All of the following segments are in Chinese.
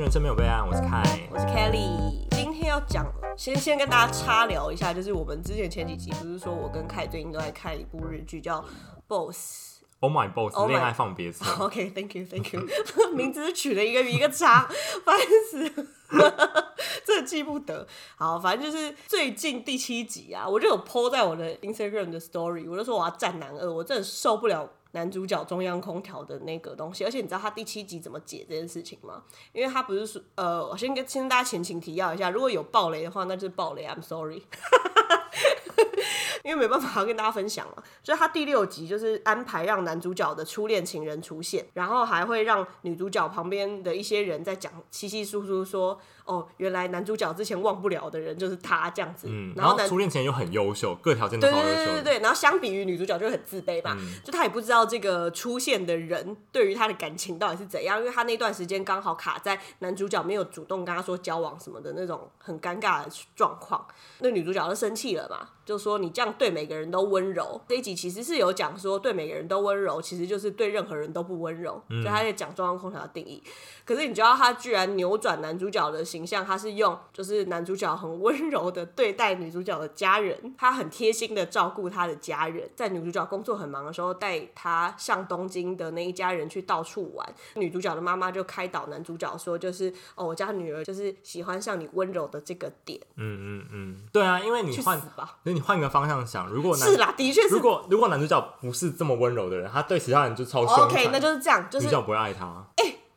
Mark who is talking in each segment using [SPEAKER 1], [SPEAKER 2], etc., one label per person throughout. [SPEAKER 1] 人生没有备案，我是凯。
[SPEAKER 2] 我是 Kelly，今天要讲，先先跟大家插聊一下，就是我们之前前几集不是说我跟凯最近都在看一部日剧叫《Boss》。
[SPEAKER 1] Oh my boss，
[SPEAKER 2] Oh my-
[SPEAKER 1] 恋爱放别 册。嗯
[SPEAKER 2] OK，Thank、you，Thank you，名字是取了一个一个叉，烦死了， 这记不得。好，反正就是最近第七集啊，我就有 PO 在我的 Instagram 的 Story，我就说我要站男二，我真的受不了男主角中央空调的那个东西。而且你知道他第七集怎么解这件事情吗？因为他不是说，呃，我先跟先跟大家前情提要一下，如果有暴雷的话，那就是暴雷，I'm sorry。因为没办法跟大家分享嘛，所以他第六集就是安排让男主角的初恋情人出现，然后还会让女主角旁边的一些人在讲稀稀疏疏说，哦，原来男主角之前忘不了的人就是他这样子，
[SPEAKER 1] 嗯，然
[SPEAKER 2] 然后
[SPEAKER 1] 后
[SPEAKER 2] 男
[SPEAKER 1] 初恋前又很优秀，各条件都
[SPEAKER 2] 对
[SPEAKER 1] 超
[SPEAKER 2] 对
[SPEAKER 1] 优
[SPEAKER 2] 对
[SPEAKER 1] 秀
[SPEAKER 2] 对
[SPEAKER 1] 的。
[SPEAKER 2] 对，然后相比于女主角就很自卑吧，就她也不知道这个出现的人对于她的感情到底是怎样，因为她那段时间刚好卡在男主角没有主动跟她说交往什么的那种很尴尬的状况，那女主角就生气了嘛，就说你这样对每个人都温柔。这一集其实是有讲说对每个人都温柔，其实就是对任何人都不温柔，所以她在讲中央空调的定义。可是你知道，他居然扭转男主角的形象，他是用就是男主角很温柔的对待女主角的家人，他很贴心的照顾他的家人，在女主角工作很忙的时候，带她上东京的那一家人去到处玩。女主角的妈妈就开导男主角说，就是哦，我家女儿就是喜欢上你温柔的这个点，
[SPEAKER 1] 嗯嗯嗯，对啊，因为你
[SPEAKER 2] 去死
[SPEAKER 1] 换，
[SPEAKER 2] 吧。
[SPEAKER 1] 那你换个方向想，如果男
[SPEAKER 2] 是啦，的确是
[SPEAKER 1] 如。果如果男主角不是这么温柔的人，他对其他人就超凶残
[SPEAKER 2] OK，那就是这样，就
[SPEAKER 1] 女
[SPEAKER 2] 是
[SPEAKER 1] 主角不会爱他。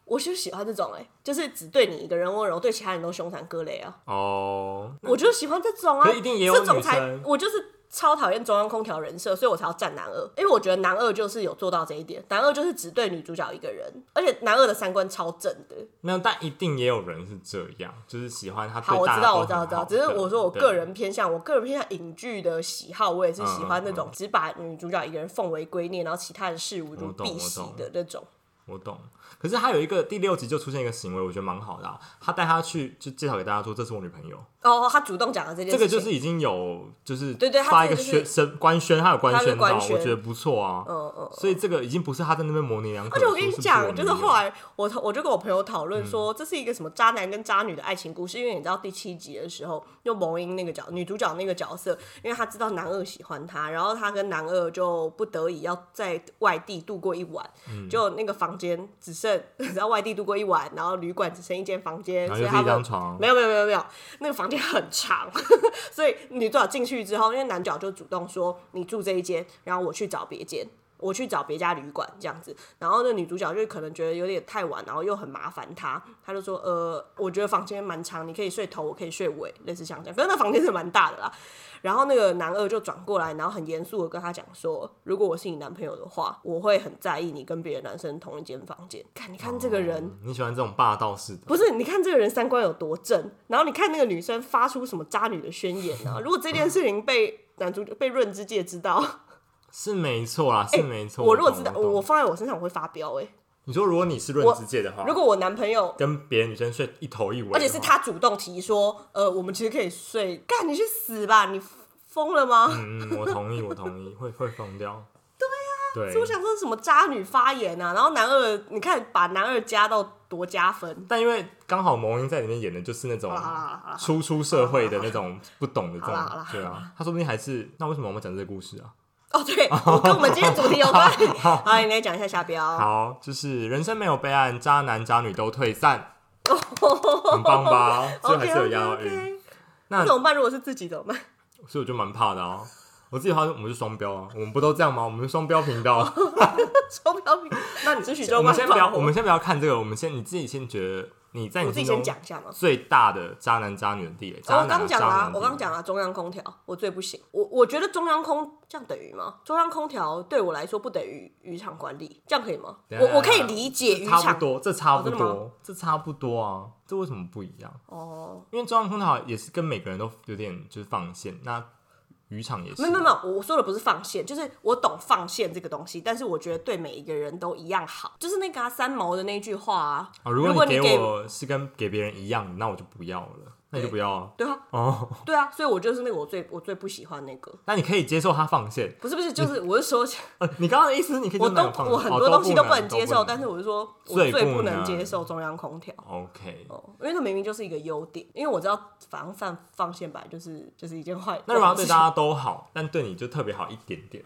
[SPEAKER 2] 我就喜欢这种哎、就是只对你一个人温柔，对其他人都凶残割裂啊。
[SPEAKER 1] 哦，
[SPEAKER 2] 我就喜欢这种啊，
[SPEAKER 1] 可是一定也有
[SPEAKER 2] 这种
[SPEAKER 1] 女
[SPEAKER 2] 才
[SPEAKER 1] 生，
[SPEAKER 2] 我就是超讨厌中央空调人设，所以我才要站男二，因为我觉得男二就是有做到这一点，男二就是只对女主角一个人，而且男二的三观超正的。
[SPEAKER 1] 那但一定也有人是这样，就是喜欢他
[SPEAKER 2] 好，
[SPEAKER 1] 对
[SPEAKER 2] 我
[SPEAKER 1] 大
[SPEAKER 2] 知
[SPEAKER 1] 家
[SPEAKER 2] 道，
[SPEAKER 1] 都
[SPEAKER 2] 我知道，我
[SPEAKER 1] 很
[SPEAKER 2] 知道，
[SPEAKER 1] 好
[SPEAKER 2] 只是
[SPEAKER 1] 对
[SPEAKER 2] 我说我
[SPEAKER 1] 对
[SPEAKER 2] 个人偏向，我个人偏向影剧的喜好，我也是喜欢那
[SPEAKER 1] 嗯
[SPEAKER 2] 种
[SPEAKER 1] 嗯
[SPEAKER 2] 只把女主角一个人奉为圭臬，然后其他的事物就
[SPEAKER 1] 我懂
[SPEAKER 2] 避席
[SPEAKER 1] 我懂
[SPEAKER 2] 的那种。
[SPEAKER 1] 我懂，可是他有一个第六集就出现一个行为，我觉得蛮好的、啊。他带他去就介绍给大家说，这是我女朋友，
[SPEAKER 2] 哦，他主动讲了这件
[SPEAKER 1] 这
[SPEAKER 2] 事情，
[SPEAKER 1] 个就是已经有就是
[SPEAKER 2] 对对他
[SPEAKER 1] 发一
[SPEAKER 2] 这
[SPEAKER 1] 个
[SPEAKER 2] 个
[SPEAKER 1] 宣
[SPEAKER 2] 就是
[SPEAKER 1] 宣官宣，他有官
[SPEAKER 2] 他是
[SPEAKER 1] 宣到，
[SPEAKER 2] 官宣
[SPEAKER 1] 我觉得不错啊。
[SPEAKER 2] 嗯嗯。
[SPEAKER 1] 所以这个已经不是他在那边模棱两可。
[SPEAKER 2] 而且我跟你讲，就是后
[SPEAKER 1] 来
[SPEAKER 2] 来我我就跟我朋友讨论
[SPEAKER 1] 嗯
[SPEAKER 2] 说，这是一个什么渣男跟渣女的爱情故事，因为你知道第七集的时候，就蒙英那个角女主角那个角色，因为她知道男二喜欢她，然后她跟男二就不得已要在外地度过一晚，
[SPEAKER 1] 嗯
[SPEAKER 2] 就那个房间只剩， 你知道外地度过一晚，然后旅馆只剩一间房间，
[SPEAKER 1] 然
[SPEAKER 2] 所
[SPEAKER 1] 后
[SPEAKER 2] 以
[SPEAKER 1] 就
[SPEAKER 2] 他
[SPEAKER 1] 是一
[SPEAKER 2] 们
[SPEAKER 1] 张床，
[SPEAKER 2] 没有没有没有没有，那个房间很长， 所以女主角进去之后，因为男主角就主动说你住这一间，然后我去找别间，我去找别家旅馆这样子。然后那女主角就可能觉得有点太晚，然后又很麻烦她，她就说呃，我觉得房间蛮长，你可以睡头，我可以睡尾，类似像这样。可是那房间是蛮大的啦。然后那个男二就转过来，然后很严肃的跟她讲说，如果我是你男朋友的话，我会很在意你跟别的男生同一间房间。看，你看这个人。
[SPEAKER 1] 嗯你喜欢这种霸道式的？
[SPEAKER 2] 不是，你看这个人三观有多正，然后你看那个女生发出什么渣女的宣言 啊！如果这件事情被男主角被润之介知道，
[SPEAKER 1] 是没错啦，是没错。
[SPEAKER 2] 哎我如果
[SPEAKER 1] 懂
[SPEAKER 2] 知道，
[SPEAKER 1] 我
[SPEAKER 2] 我
[SPEAKER 1] 懂
[SPEAKER 2] 放在我身上我会发飙哎、
[SPEAKER 1] 你说如果你是润
[SPEAKER 2] 我
[SPEAKER 1] 之界的话，
[SPEAKER 2] 如果我男朋友，
[SPEAKER 1] 跟别的女生睡一头一尾的话，
[SPEAKER 2] 而且是他主动提说，呃，我们其实可以睡，干你去死吧！你疯了吗？
[SPEAKER 1] 嗯，嗯，我同意，我 同意，会会疯掉。对啊，
[SPEAKER 2] 所以我想说什么渣女发言啊，然后男二，你看把男二加到多加分。啊
[SPEAKER 1] 但因为刚好蒙英在里面演的就是那种
[SPEAKER 2] 好啦好啦好啦
[SPEAKER 1] 初出社会的那种不懂的这种
[SPEAKER 2] 好啦好啦，
[SPEAKER 1] 对啊，他说不定还是那为什么我们讲这个故事啊？
[SPEAKER 2] 哦， 对，我跟我们今天主题有关。好，你来讲一下下标。
[SPEAKER 1] 好，就是人生没有备案，渣男渣女都退 散，很棒吧？所以还
[SPEAKER 2] OK
[SPEAKER 1] 是有押
[SPEAKER 2] OK
[SPEAKER 1] 韵，
[SPEAKER 2] OK，
[SPEAKER 1] 那
[SPEAKER 2] 那怎么办？如果是自己怎么办？
[SPEAKER 1] 所以我就蛮怕的啊。我自己好像我们是双标啊，我们不都这样吗？我们是双标 频道。
[SPEAKER 2] 超标兵，那你是许
[SPEAKER 1] 我
[SPEAKER 2] 州
[SPEAKER 1] 们
[SPEAKER 2] 官
[SPEAKER 1] 先不要，
[SPEAKER 2] 放火
[SPEAKER 1] 我们先不要看这个，我们先你自己先觉得你在
[SPEAKER 2] 我
[SPEAKER 1] 你
[SPEAKER 2] 自
[SPEAKER 1] 心
[SPEAKER 2] 己先
[SPEAKER 1] 中
[SPEAKER 2] 讲一下嘛。
[SPEAKER 1] 最大的渣男渣女的地雷，
[SPEAKER 2] 哦
[SPEAKER 1] 渣
[SPEAKER 2] 我
[SPEAKER 1] 男啊
[SPEAKER 2] 刚讲
[SPEAKER 1] 渣
[SPEAKER 2] 啦
[SPEAKER 1] 男，的啊地
[SPEAKER 2] 我
[SPEAKER 1] 雷
[SPEAKER 2] 刚讲啦，中央空调我最不行。我我觉得中央空这样等于吗？中央空调对我来说不等于渔场管理，这样可以吗？
[SPEAKER 1] 等一下
[SPEAKER 2] 我我可以理解渔
[SPEAKER 1] 啊差
[SPEAKER 2] 场
[SPEAKER 1] 不多，这差不
[SPEAKER 2] 哦真的
[SPEAKER 1] 多，这差不多啊，这为什么不一样？
[SPEAKER 2] 哦，
[SPEAKER 1] 因为中央空调也是跟每个人都有点就是放线，那渔场也是
[SPEAKER 2] 没有没有没有，我我说的不是放线，就是我懂放线这个东西，但是我觉得对每一个人都一样好，就是那个、啊、三毛的那句话啊，
[SPEAKER 1] 啊。如
[SPEAKER 2] 如
[SPEAKER 1] 果你
[SPEAKER 2] 你
[SPEAKER 1] 给
[SPEAKER 2] 给
[SPEAKER 1] 我是跟给别人一样的，那我就不要了。那你就不要啊。
[SPEAKER 2] 对啊，
[SPEAKER 1] 哦，
[SPEAKER 2] 对啊，所以我就是那个我最我最不喜欢那个，
[SPEAKER 1] 那你可以接受他放线。
[SPEAKER 2] 不是不是，就是我是说，
[SPEAKER 1] 呃，你刚刚的意思是你可以接
[SPEAKER 2] 我
[SPEAKER 1] 受
[SPEAKER 2] 都
[SPEAKER 1] 男友放线，
[SPEAKER 2] 我很
[SPEAKER 1] 哦
[SPEAKER 2] 多东西
[SPEAKER 1] 都
[SPEAKER 2] 都不能接受，但是我是说我
[SPEAKER 1] 最
[SPEAKER 2] 最
[SPEAKER 1] 不
[SPEAKER 2] 不能
[SPEAKER 1] 能啊
[SPEAKER 2] 接受中央空调。
[SPEAKER 1] OK。
[SPEAKER 2] 哦，因为那明明就是一个优点，因为我知道防范放线本来就是就是一件坏。
[SPEAKER 1] 那如果它
[SPEAKER 2] 坏
[SPEAKER 1] 对
[SPEAKER 2] 事
[SPEAKER 1] 大家都好，但对你就特别好一点 点，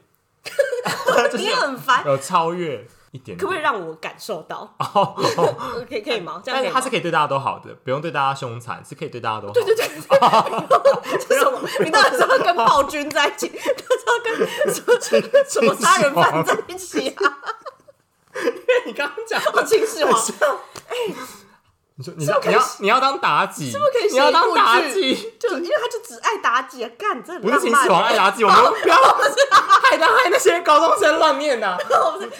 [SPEAKER 1] 就是
[SPEAKER 2] 你很烦，
[SPEAKER 1] 有超越一点点，
[SPEAKER 2] 可不可以让我感受到？ 可以可以吗？这样
[SPEAKER 1] 哦但
[SPEAKER 2] 可以
[SPEAKER 1] 是
[SPEAKER 2] 吗
[SPEAKER 1] 他是可以对大家都好的，不用对大家凶残，是可以对大家都好。对
[SPEAKER 2] 对 对
[SPEAKER 1] 哦
[SPEAKER 2] 对，这是什么？你到底是要跟暴君在一起， 到底是要跟什么什么杀人犯在一起啊？
[SPEAKER 1] 你刚刚讲，
[SPEAKER 2] 我秦始皇，
[SPEAKER 1] 哎你说你
[SPEAKER 2] 是不
[SPEAKER 1] 要
[SPEAKER 2] 是可以
[SPEAKER 1] 你要你要当妲己，是
[SPEAKER 2] 不可以
[SPEAKER 1] 你要当妲
[SPEAKER 2] 写一
[SPEAKER 1] 己，
[SPEAKER 2] 就因为他就只爱妲己，啊干这
[SPEAKER 1] 不是秦始皇
[SPEAKER 2] 哦
[SPEAKER 1] 爱妲己，我 们不要害他害那些高中生乱念啊呐。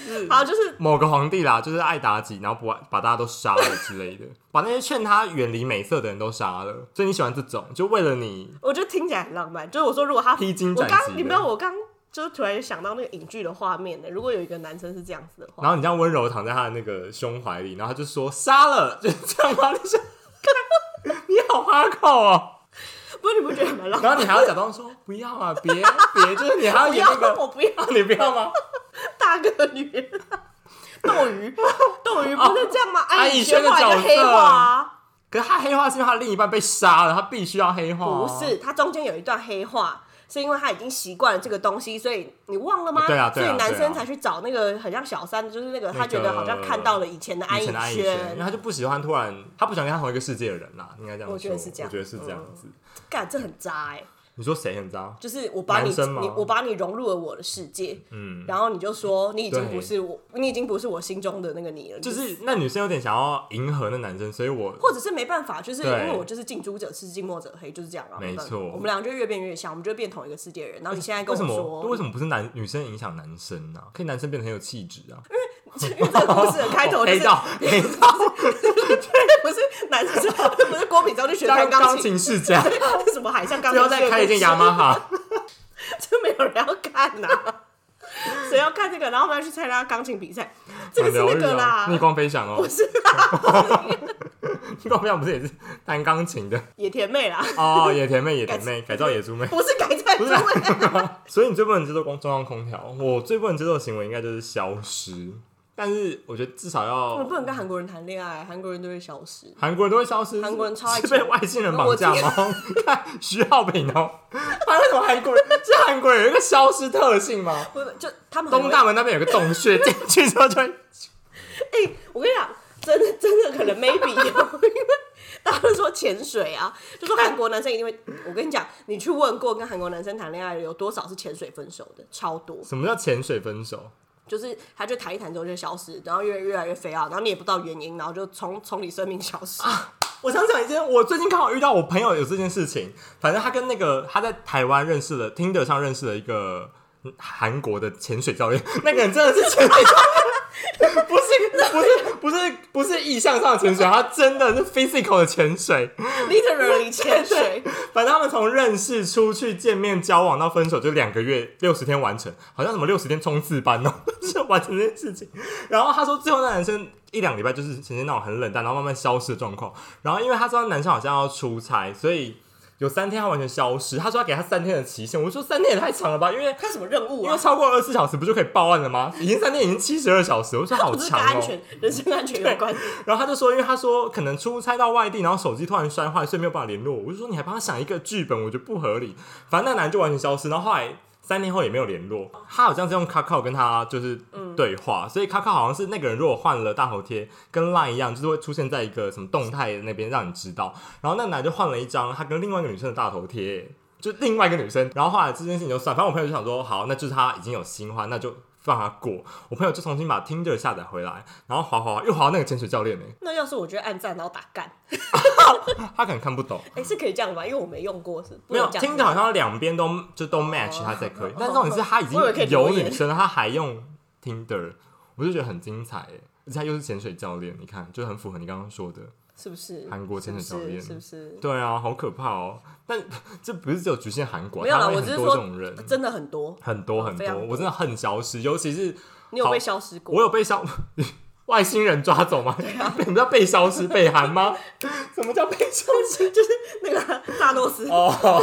[SPEAKER 2] 己，好就是
[SPEAKER 1] 某个皇帝啦，就是爱妲己，然后不把大家都杀了之类的， 把那些劝他远离美色的人都杀了。所以你喜欢这种，就为了你
[SPEAKER 2] 我觉得听起来很浪漫。就是我说，如果他
[SPEAKER 1] 披荆
[SPEAKER 2] 我
[SPEAKER 1] 斩棘
[SPEAKER 2] 刚，
[SPEAKER 1] 的
[SPEAKER 2] 你知道我刚就是突然想到那个影剧的画面呢。如果有一个男生是这样子的话，
[SPEAKER 1] 然后你这样温柔躺在他的那个胸怀里，然后他就说杀了， 就是这样吗？你是 你好哈扣哦。
[SPEAKER 2] 不是你不觉得蛮浪漫？
[SPEAKER 1] 然后你还要假装说不要啊，别别，就是你还要
[SPEAKER 2] 不
[SPEAKER 1] 演
[SPEAKER 2] 要
[SPEAKER 1] 那，个，啊
[SPEAKER 2] 我不要
[SPEAKER 1] 你不要吗？
[SPEAKER 2] 大个女人， 斗鱼，斗鱼不是这样吗？
[SPEAKER 1] 安以
[SPEAKER 2] 以
[SPEAKER 1] 轩
[SPEAKER 2] 轩
[SPEAKER 1] 的
[SPEAKER 2] 画一
[SPEAKER 1] 角
[SPEAKER 2] 个
[SPEAKER 1] 色
[SPEAKER 2] 黑化啊，
[SPEAKER 1] 可是他黑化是因为他的另一半被杀了，他必须要黑化、
[SPEAKER 2] 不，是，他中间有一段黑化。是因为他已经习惯了这个东西，所以你忘了吗？
[SPEAKER 1] 哦对啊对啊
[SPEAKER 2] 所以男
[SPEAKER 1] 对
[SPEAKER 2] 生
[SPEAKER 1] 啊
[SPEAKER 2] 才去找那个很像小三，就是那个
[SPEAKER 1] 个
[SPEAKER 2] 他觉得好像看到了以前的安
[SPEAKER 1] 以
[SPEAKER 2] 以
[SPEAKER 1] 前的安以轩，因为
[SPEAKER 2] 轩。
[SPEAKER 1] 他就不喜欢突然，他不想跟他同一个世界的人啦、应该这样说。
[SPEAKER 2] 我觉得是这样
[SPEAKER 1] 我觉得是这样子。
[SPEAKER 2] 干，这很渣哎、
[SPEAKER 1] 你说谁很渣？
[SPEAKER 2] 就是我把你
[SPEAKER 1] 男生吗
[SPEAKER 2] 你我把你融入了我的世界，
[SPEAKER 1] 嗯，
[SPEAKER 2] 然后你就说你已经
[SPEAKER 1] 对
[SPEAKER 2] 不是我，你已经不是我心中的那个你了，
[SPEAKER 1] 就是那女生有点想要迎合那男生，所以我
[SPEAKER 2] 或者是没办法，就是因
[SPEAKER 1] 对
[SPEAKER 2] 为我就是近朱者赤，近墨者黑，就是这样啊。
[SPEAKER 1] 没
[SPEAKER 2] 办法
[SPEAKER 1] 错
[SPEAKER 2] 我们俩就越变越像，我们就会变同一个世界人。然后你现在跟
[SPEAKER 1] 为
[SPEAKER 2] 我
[SPEAKER 1] 什
[SPEAKER 2] 说，
[SPEAKER 1] 么为什么不是男女生影响男生呢、可以男生变得很有气质啊。哦
[SPEAKER 2] 因为这个故事的开 头就
[SPEAKER 1] 黑
[SPEAKER 2] 是，
[SPEAKER 1] 道黑道
[SPEAKER 2] 不是男生，不是郭炳昭去学
[SPEAKER 1] 当
[SPEAKER 2] 弹钢
[SPEAKER 1] 钢琴
[SPEAKER 2] 琴，
[SPEAKER 1] 世家，
[SPEAKER 2] 什么海上钢
[SPEAKER 1] 不
[SPEAKER 2] 琴
[SPEAKER 1] 要
[SPEAKER 2] 社的故
[SPEAKER 1] 再
[SPEAKER 2] 事，
[SPEAKER 1] 开一件雅马哈。
[SPEAKER 2] 就没有人要看呐、谁要看这个？然后我们要去参加钢琴比赛， 这个是
[SPEAKER 1] 很疗
[SPEAKER 2] 那
[SPEAKER 1] 愈
[SPEAKER 2] 个啦
[SPEAKER 1] 啊，逆，光飞翔哦，
[SPEAKER 2] 不是
[SPEAKER 1] 逆光飞翔不是也是弹钢琴 的
[SPEAKER 2] 野田妹啦，
[SPEAKER 1] 哦，野田妹，野田妹，改造野猪妹。
[SPEAKER 2] 不是改菜
[SPEAKER 1] 不
[SPEAKER 2] 猪
[SPEAKER 1] 是所以你最不能接受光中央空调，我最不能接受的行为应该就是消失。但是我觉得至少
[SPEAKER 2] 我
[SPEAKER 1] 要
[SPEAKER 2] 不能跟韩国人谈恋爱，韩国人都会消失。
[SPEAKER 1] 韩国人都会消失，
[SPEAKER 2] 韩国人超爱
[SPEAKER 1] 是
[SPEAKER 2] 钱
[SPEAKER 1] 被外星人绑架吗？ 看徐浩平哦，他为什么韩国人是韩国人有一个消失特性吗？
[SPEAKER 2] 不，就他们很
[SPEAKER 1] 东
[SPEAKER 2] 会
[SPEAKER 1] 大门那边有个洞穴，进去之后就会
[SPEAKER 2] 哎、我跟你讲，真的真的可能 maybe 有，因为大家都说潜水啊，就说韩国男生一定会。我跟你讲，你去问过跟韩国男生谈恋爱的有多少是潜水分手的，超多，
[SPEAKER 1] 什么叫潜水分手？
[SPEAKER 2] 就是他就谈一谈之后就消失，然后越越来越肥啊，然后你也不知道原因，然后就从从你生命消失。
[SPEAKER 1] 我想讲一件，我最近刚好遇到我朋友有这件事情。反正他跟那个他在台湾认识了，Tinder 上认识了一个嗯韩国的潜水教练， 那个人真的是潜水教练，不是不是不是不是意向上的潜水，他真的是 physical 的潜水。
[SPEAKER 2] literally 潜 水，
[SPEAKER 1] 反正他们从认识、出去、见面、交往到分手，就两个月六十天完成，好像什么六十天冲刺班哦， 就是完成这件事情。然后他说，最后那男生一两礼拜就是呈现那种很冷淡，然后慢慢消失的状况。然后因为他知道男生好像要出差，所以有三天他完全消失。他说他给他三天的期限，我说三天也太长了吧，因为。
[SPEAKER 2] 看什么任务
[SPEAKER 1] 因为
[SPEAKER 2] 啊？
[SPEAKER 1] 超过二十四小时不就可以报案了吗？已经三天，已经七十二小时，我说好
[SPEAKER 2] 不是
[SPEAKER 1] 长
[SPEAKER 2] 跟
[SPEAKER 1] 哦、
[SPEAKER 2] 安全、人身安全有关系。
[SPEAKER 1] 然后他就说，因为他说可能出差到外地，然后手机突然摔坏，所以没有办法联络我。我就说你还帮他想一个剧本，我觉得不合理。反正那男的就完全消失，然后后来三天后也没有联络。他好像是用 Kakao 跟他就是对话，所以 Kakao 好像是那个人如果换了大头贴，跟 Line 一样，就是会出现在一个什么动态那边让你知道。然后那男的就换了一张他跟另外一个女生的大头贴。就另外一个女生，然后后来这件事情就算，反正我朋友就想说，好，那就是他已经有新欢，那就放他过。我朋友就重新把 Tinder 下载回来，然后滑滑滑又滑到那个潜水教练呢、
[SPEAKER 2] 那要是我觉得按赞然后打干，
[SPEAKER 1] 他可能看不懂。
[SPEAKER 2] 哎、是可以这样吧？因为我没用过，是不
[SPEAKER 1] 没有
[SPEAKER 2] 能哦这样
[SPEAKER 1] 听着好像两边都就都 match 他才可以，但重点是他已经
[SPEAKER 2] 哦我以为可以
[SPEAKER 1] 有
[SPEAKER 2] 留言
[SPEAKER 1] 女生了，他还用 Tinder，我就觉得很精彩哎，而且他又是潜水教练，你看就很符合你刚刚说的。
[SPEAKER 2] 是不是？
[SPEAKER 1] 韩国
[SPEAKER 2] 是
[SPEAKER 1] 真
[SPEAKER 2] 不
[SPEAKER 1] 的讨
[SPEAKER 2] 是？
[SPEAKER 1] 厌
[SPEAKER 2] 是不是？
[SPEAKER 1] 对啊，好可怕哦！但这不是只有局限韩国，
[SPEAKER 2] 没有啦
[SPEAKER 1] 台湾
[SPEAKER 2] 我
[SPEAKER 1] 也
[SPEAKER 2] 只
[SPEAKER 1] 很
[SPEAKER 2] 是
[SPEAKER 1] 多
[SPEAKER 2] 说
[SPEAKER 1] 这种人，
[SPEAKER 2] 啊真的很多，
[SPEAKER 1] 很多很
[SPEAKER 2] 非
[SPEAKER 1] 多，
[SPEAKER 2] 常多
[SPEAKER 1] 我真的很消失，尤其是
[SPEAKER 2] 你有被消失过？
[SPEAKER 1] 我有被消， 外星人抓走吗？ 什么叫被消失、被寒吗？什么叫被消失？
[SPEAKER 2] 就是那个萨诺斯
[SPEAKER 1] 哦，好，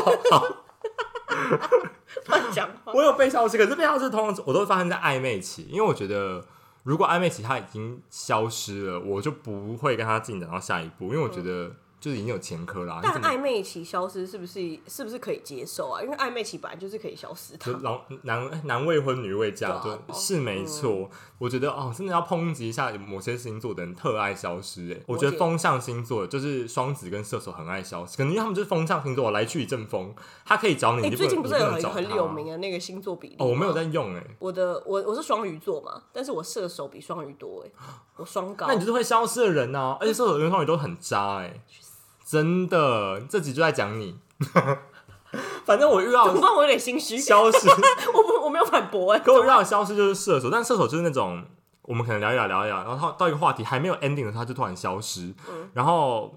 [SPEAKER 2] 乱讲话。
[SPEAKER 1] 我有被消失，可是被消失通常我都会发生在暧昧期，因为我觉得如果暧昧期他已经消失了，我就不会跟他进展到下一步，因为我觉得就是已经有前科啦。 你
[SPEAKER 2] 但
[SPEAKER 1] 怎么
[SPEAKER 2] 暧昧期消失是不是是不是可以接受啊？因为暧昧期本来就是可以消失
[SPEAKER 1] 就
[SPEAKER 2] 的。
[SPEAKER 1] 老男男未婚女未嫁，
[SPEAKER 2] 对啊
[SPEAKER 1] 就是没错。我觉得哦，真的要抨击一下某些星座的人特爱消失、欸。我觉得
[SPEAKER 2] 解
[SPEAKER 1] 风象星座就是双子跟射手很爱消失，可能因为他们就是风象星座，来去一阵风，他可以找你，
[SPEAKER 2] 哎、
[SPEAKER 1] 你
[SPEAKER 2] 最近
[SPEAKER 1] 不
[SPEAKER 2] 不是
[SPEAKER 1] 能
[SPEAKER 2] 有
[SPEAKER 1] 你
[SPEAKER 2] 很
[SPEAKER 1] 能
[SPEAKER 2] 很
[SPEAKER 1] 找他啊
[SPEAKER 2] 有名的那个星座比例？
[SPEAKER 1] 哦，我没有。在用哎、欸
[SPEAKER 2] 我的我我是双鱼座嘛，但是我射手比双鱼多哎、我双高
[SPEAKER 1] 那。你就是会消失的人啊！而且射手跟双鱼都很渣哎、真的，这集就在讲你。 反正我遇到
[SPEAKER 2] 怎么办？我有点心虚，
[SPEAKER 1] 消失，
[SPEAKER 2] 我不我没有反驳哎、
[SPEAKER 1] 可我遇到的消失就是射手，但射手就是那种我们可能聊一聊聊一聊，然后他到一个话题还没有 ending 的时候，他就突然消失，
[SPEAKER 2] 嗯
[SPEAKER 1] 然后。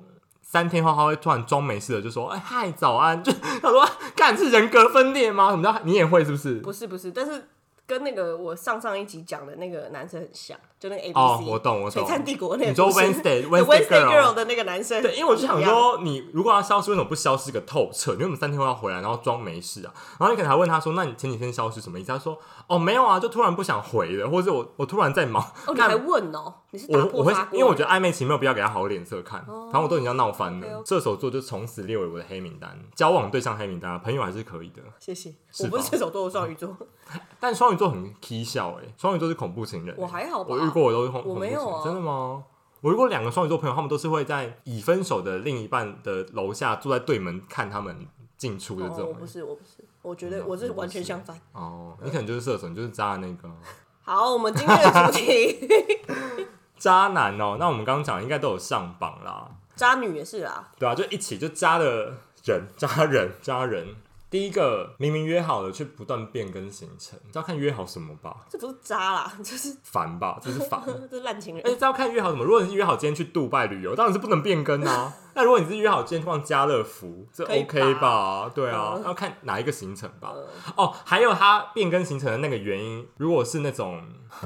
[SPEAKER 1] 三天后，他会突然装没事的就说：“哎、嗨，早安。” 就他说：“干是人格分裂吗？什么叫你也会是不是？”
[SPEAKER 2] 不是不是，但是跟那个我上上一集讲的那个男生很像，就那个 A B C，、
[SPEAKER 1] 哦我懂我懂
[SPEAKER 2] 璀璨帝国那个
[SPEAKER 1] 你说
[SPEAKER 2] 故事
[SPEAKER 1] Wednesday-
[SPEAKER 2] 对
[SPEAKER 1] Wednesday
[SPEAKER 2] Wednesday
[SPEAKER 1] Girl
[SPEAKER 2] Girl 的那个男生，
[SPEAKER 1] 对，因为我就想
[SPEAKER 2] 一样，哦
[SPEAKER 1] 说，你如果要消失，为什么不消失个透彻？你为什么三天后要回来，然后装没事啊？然后你可能还问他说：“那你前几天消失什么意思？”他说：“哦，没有啊，就突然不想回了，或者我我突然在忙。
[SPEAKER 2] 哦，你
[SPEAKER 1] 干
[SPEAKER 2] 还问哦，你是打
[SPEAKER 1] 我
[SPEAKER 2] 破
[SPEAKER 1] 我会
[SPEAKER 2] 砂，锅
[SPEAKER 1] 因为我觉得暧昧期没有必要给他好脸色看，
[SPEAKER 2] 哦
[SPEAKER 1] 反正我都已经要闹翻了。
[SPEAKER 2] OK，OK
[SPEAKER 1] 射手座就从此列为我的黑名单，交往对象黑名单啊，朋友还是可以的。
[SPEAKER 2] 谢谢，
[SPEAKER 1] 是
[SPEAKER 2] 我不
[SPEAKER 1] 吧
[SPEAKER 2] 是射手座，我双鱼 座，
[SPEAKER 1] 但双鱼座很 k 笑哎、双鱼座是恐怖情人欸、
[SPEAKER 2] 我还好吧
[SPEAKER 1] 我遇过我都是恐
[SPEAKER 2] 我没有
[SPEAKER 1] 恐怖情人
[SPEAKER 2] 啊
[SPEAKER 1] 真的吗？我遇过两个双鱼座朋友，他们都是会在已分手的另一半的楼下坐在对门看他们进出的这
[SPEAKER 2] 哦，我
[SPEAKER 1] 种
[SPEAKER 2] 不
[SPEAKER 1] 欸、
[SPEAKER 2] 是我不是，我觉
[SPEAKER 1] 没
[SPEAKER 2] 得
[SPEAKER 1] 有
[SPEAKER 2] 我是
[SPEAKER 1] 我不
[SPEAKER 2] 完全
[SPEAKER 1] 是
[SPEAKER 2] 相反。
[SPEAKER 1] 哦。你可能就是射手，你就是渣的那个
[SPEAKER 2] 好，我们今天的主题，
[SPEAKER 1] 渣男哦。那我们刚刚讲的应该都有上榜啦，
[SPEAKER 2] 渣女也是啦，
[SPEAKER 1] 对啊，就一起就渣的人，渣人，渣人。第一个明明约好了，却不断变更行程，这要看约好什么吧，
[SPEAKER 2] 这不是渣啦，这是
[SPEAKER 1] 烦吧，这是 烦。
[SPEAKER 2] 这是烂情
[SPEAKER 1] 而
[SPEAKER 2] 人。呃
[SPEAKER 1] 且这要看约好什么。啊如果你是约 好今天去杜拜旅游，当然是不能变更啊。那如果你是约好今天去逛家乐福，这
[SPEAKER 2] 可以
[SPEAKER 1] OK
[SPEAKER 2] 吧
[SPEAKER 1] 吧？对啊
[SPEAKER 2] 嗯，
[SPEAKER 1] 要看哪一个行程吧。
[SPEAKER 2] 呃
[SPEAKER 1] 哦，还有他变更行程的那个原因，如果是那种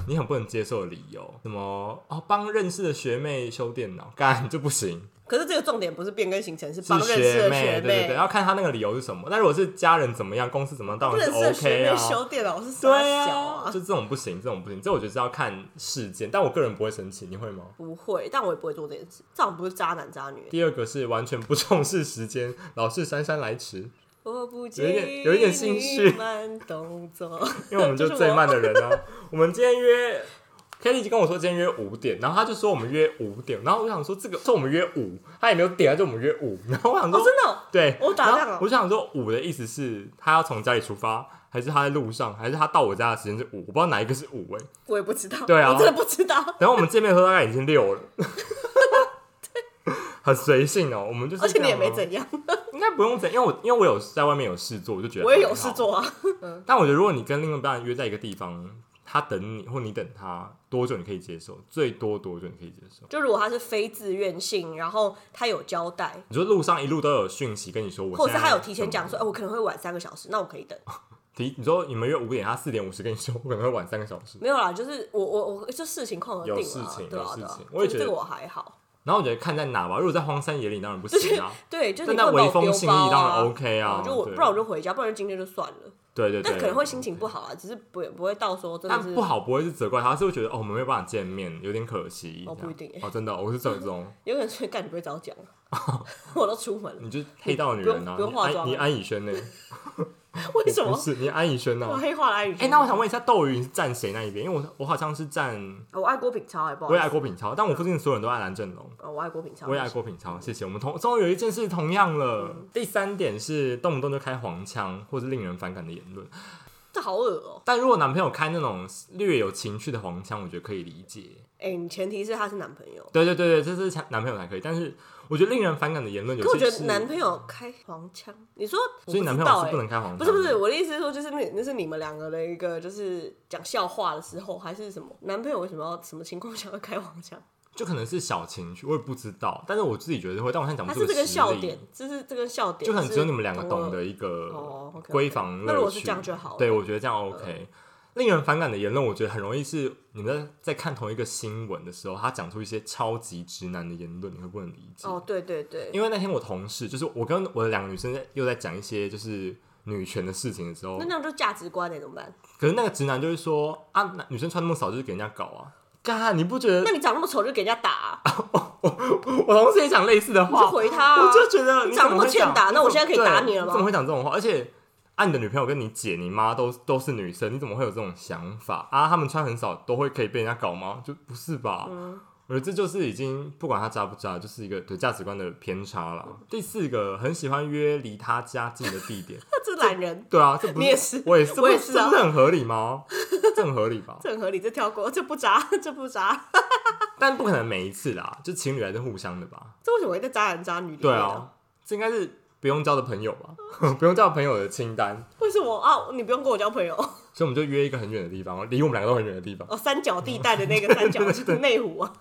[SPEAKER 1] 你很不能接受的理由，什么哦帮认识的学妹修电脑，干就不行。
[SPEAKER 2] 可是这个重点不是变更行程，是
[SPEAKER 1] 是
[SPEAKER 2] 帮认识的
[SPEAKER 1] 妹，对对对，要看他那个理由是什么。那如果是家人怎么样，公司怎么样，当
[SPEAKER 2] 不
[SPEAKER 1] 然
[SPEAKER 2] 认
[SPEAKER 1] 是
[SPEAKER 2] 识的
[SPEAKER 1] OK
[SPEAKER 2] 学妹
[SPEAKER 1] 啊。
[SPEAKER 2] 修电脑是傻
[SPEAKER 1] 对
[SPEAKER 2] 小
[SPEAKER 1] 啊，就这种不行，这种不行，这我觉得是要看事件，但我个人不会生气，你会吗？
[SPEAKER 2] 不会，但我也不会做这件事。这样不是渣男渣女，
[SPEAKER 1] 第二个是完全不重视时间，老是姗姗来迟，
[SPEAKER 2] 我
[SPEAKER 1] 有
[SPEAKER 2] 不
[SPEAKER 1] 一点有一点心虚
[SPEAKER 2] 经你慢动作，
[SPEAKER 1] 因为我们就
[SPEAKER 2] 这是我
[SPEAKER 1] 最慢的人啊。我们今天约 Kelly 就跟我说今天约五点，然后他就说我们约五点，然后我想说这个说我们约五，他也没有点，他就我们约五，然后我想
[SPEAKER 2] 哦，
[SPEAKER 1] 说、
[SPEAKER 2] 真的哦、
[SPEAKER 1] 对，
[SPEAKER 2] 我打
[SPEAKER 1] 然
[SPEAKER 2] 量
[SPEAKER 1] 后
[SPEAKER 2] 哦
[SPEAKER 1] 我想说五的意思是他要从家里出发，还是他在路上，还是他到我家的时间是五？我不知道哪一个是五哎、
[SPEAKER 2] 我也不知道，
[SPEAKER 1] 对啊
[SPEAKER 2] 我真的不知道。
[SPEAKER 1] 然后我们见面的时候大概已经六了。 很随性哦，我们就是
[SPEAKER 2] 而且你也
[SPEAKER 1] 这
[SPEAKER 2] 没
[SPEAKER 1] 样啊
[SPEAKER 2] 怎样，
[SPEAKER 1] 应该不用怎，因为我因为我有在外面有事做，我就觉得
[SPEAKER 2] 我也
[SPEAKER 1] 还
[SPEAKER 2] 有事
[SPEAKER 1] 好
[SPEAKER 2] 做啊。
[SPEAKER 1] 但我觉得，如果你跟另一半约在一个地方，他等你或你等他多久，你可以接受？最多多久你可以接受？
[SPEAKER 2] 就如果他是非自愿性，然后他有交代，
[SPEAKER 1] 你说路上一路都有讯息跟你说我，
[SPEAKER 2] 或者是他有提前讲说，哎、我可能会晚三个小时，那我可 以等。
[SPEAKER 1] 提，你说你们约五点，他四点五十跟你说我可能会晚三个小时。
[SPEAKER 2] 没有啦，就是我我我就视情况而定啦
[SPEAKER 1] 有事情
[SPEAKER 2] 对啊
[SPEAKER 1] 有事
[SPEAKER 2] 对啊
[SPEAKER 1] 情我也觉得
[SPEAKER 2] 这个我还好，
[SPEAKER 1] 然后我觉得看在哪吧，如果在荒山野岭当然不行 啊，
[SPEAKER 2] 对，就
[SPEAKER 1] 但
[SPEAKER 2] 是你
[SPEAKER 1] 在
[SPEAKER 2] 不能
[SPEAKER 1] 微
[SPEAKER 2] 把我
[SPEAKER 1] 风
[SPEAKER 2] 丢
[SPEAKER 1] 信
[SPEAKER 2] 包
[SPEAKER 1] 义当
[SPEAKER 2] 啊
[SPEAKER 1] 然。OK 啊。
[SPEAKER 2] 就我不
[SPEAKER 1] 对
[SPEAKER 2] 然我就回家，不然就今天就算了。
[SPEAKER 1] 对对对，
[SPEAKER 2] 但可能会心情不好啊，只是不不会到时候真的
[SPEAKER 1] 但
[SPEAKER 2] 是
[SPEAKER 1] 不好不会是责怪他，是会觉得哦我们没有办法见面，有点可惜。
[SPEAKER 2] 哦
[SPEAKER 1] 这样
[SPEAKER 2] 不一定欸
[SPEAKER 1] 哦，真的哦，我是这 种，
[SPEAKER 2] 有可能说干你不会早 讲啊，我都出门了，
[SPEAKER 1] 你就是黑道女人啊，
[SPEAKER 2] 不用不用化
[SPEAKER 1] 你安
[SPEAKER 2] 妆
[SPEAKER 1] 你
[SPEAKER 2] 啊
[SPEAKER 1] 安以 轩呢？
[SPEAKER 2] 为什
[SPEAKER 1] 嗯不
[SPEAKER 2] 么？
[SPEAKER 1] 是你安以轩
[SPEAKER 2] 我
[SPEAKER 1] 呢？
[SPEAKER 2] 黑化了爱宇轩。
[SPEAKER 1] 哎、那我想问一下，斗鱼你是站谁那一边？因为我我好像是站，
[SPEAKER 2] 我爱郭品超，哎，不好
[SPEAKER 1] 我
[SPEAKER 2] 意
[SPEAKER 1] 也
[SPEAKER 2] 思，
[SPEAKER 1] 爱郭品超，但我附近所有人都爱蓝正龙，
[SPEAKER 2] 哦我爱郭品超，
[SPEAKER 1] 我也爱郭品超。谢谢，我们同终于有一件事同样了。
[SPEAKER 2] 嗯
[SPEAKER 1] 第三点是动不动就开黄腔，或是令人反感的言论。
[SPEAKER 2] 这好恶哦。
[SPEAKER 1] 但如果男朋友开那种略有情绪的黄腔，我觉得可以理解。
[SPEAKER 2] 哎，你前提是他是男朋友，
[SPEAKER 1] 对对对对，这是男朋友才可以。但是我觉得令人反感的言论，有
[SPEAKER 2] 可我
[SPEAKER 1] 些
[SPEAKER 2] 觉得
[SPEAKER 1] 是
[SPEAKER 2] 男朋友开黄腔，你说，我
[SPEAKER 1] 所以
[SPEAKER 2] 不
[SPEAKER 1] 男
[SPEAKER 2] 知
[SPEAKER 1] 朋
[SPEAKER 2] 道
[SPEAKER 1] 友是不
[SPEAKER 2] 哎
[SPEAKER 1] 能开黄腔，
[SPEAKER 2] 不是不是，，我的意思是说，就是那那是你们两个的一个，就是讲笑话的时候，还是什么？男朋友为什么要什么情况下要开黄腔？
[SPEAKER 1] 就可能是小情绪，我也不知道。但是我自己觉得会，但我现在讲
[SPEAKER 2] 他
[SPEAKER 1] 不
[SPEAKER 2] 是
[SPEAKER 1] 出
[SPEAKER 2] 这
[SPEAKER 1] 个
[SPEAKER 2] 个
[SPEAKER 1] 实
[SPEAKER 2] 笑
[SPEAKER 1] 例
[SPEAKER 2] 点，就是这个笑点，
[SPEAKER 1] 就可能只有你们两个
[SPEAKER 2] 同
[SPEAKER 1] 懂
[SPEAKER 2] 了
[SPEAKER 1] 得一
[SPEAKER 2] 哦
[SPEAKER 1] 个
[SPEAKER 2] ，OK，OK
[SPEAKER 1] 闺房乐趣
[SPEAKER 2] 那如果是这样就好了嗯
[SPEAKER 1] 对，我觉得这样 OK。令人反感的言论，我觉得很容易是你们在在看同一个新闻的时候，他讲出一些超级直男的言论，你会不能理解。
[SPEAKER 2] 哦，对对对，
[SPEAKER 1] 因为那天我同事，就是我跟我的两个女生在又在讲一些就是女权的事情的时候
[SPEAKER 2] 那，那样就价值观哎，怎么办？
[SPEAKER 1] 可是那个直男就会说啊，男女生穿那么少就是给人家搞啊。干，你不觉得
[SPEAKER 2] 那你长那么丑就给人家打啊、
[SPEAKER 1] 我同事也讲类似的
[SPEAKER 2] 你就
[SPEAKER 1] 话？
[SPEAKER 2] 回他、啊
[SPEAKER 1] 我。就觉得
[SPEAKER 2] 你
[SPEAKER 1] 你
[SPEAKER 2] 长
[SPEAKER 1] 怎
[SPEAKER 2] 那么
[SPEAKER 1] 会
[SPEAKER 2] 欠
[SPEAKER 1] 讲
[SPEAKER 2] 打那我现在可以
[SPEAKER 1] 对
[SPEAKER 2] 打你了吗
[SPEAKER 1] 你怎么会讲这种话？而且，啊，你的女朋友跟你姐、你妈都都是女生，你怎么会有这种想法啊？她们穿很少都会可以被人家搞吗？就不是吧？
[SPEAKER 2] 嗯
[SPEAKER 1] 我觉得这就是已经不管他渣不渣，就是一个对价值观的偏差了。第四个，很喜欢约离他家近的地点。
[SPEAKER 2] 这懒人，
[SPEAKER 1] 对啊，这不
[SPEAKER 2] 你也是
[SPEAKER 1] 我也是，
[SPEAKER 2] 我也
[SPEAKER 1] 不
[SPEAKER 2] 是啊
[SPEAKER 1] 这不是很合理吗？ 这很合理吧？
[SPEAKER 2] 这很合理，这跳过，这不渣，这不渣，
[SPEAKER 1] 但不可能每一次啦，就情侣还是互相的吧。
[SPEAKER 2] 这为什么会在渣男渣女里
[SPEAKER 1] 对
[SPEAKER 2] 面、
[SPEAKER 1] 啊，这应该是不用交的朋友吧？ 不用交的朋友的清单，
[SPEAKER 2] 为什么啊？你不用跟我交朋友
[SPEAKER 1] 所以我们就约一个很远的地方，离我们两个都很远的地方，
[SPEAKER 2] 哦，三角地带的那个三角 就是内湖啊，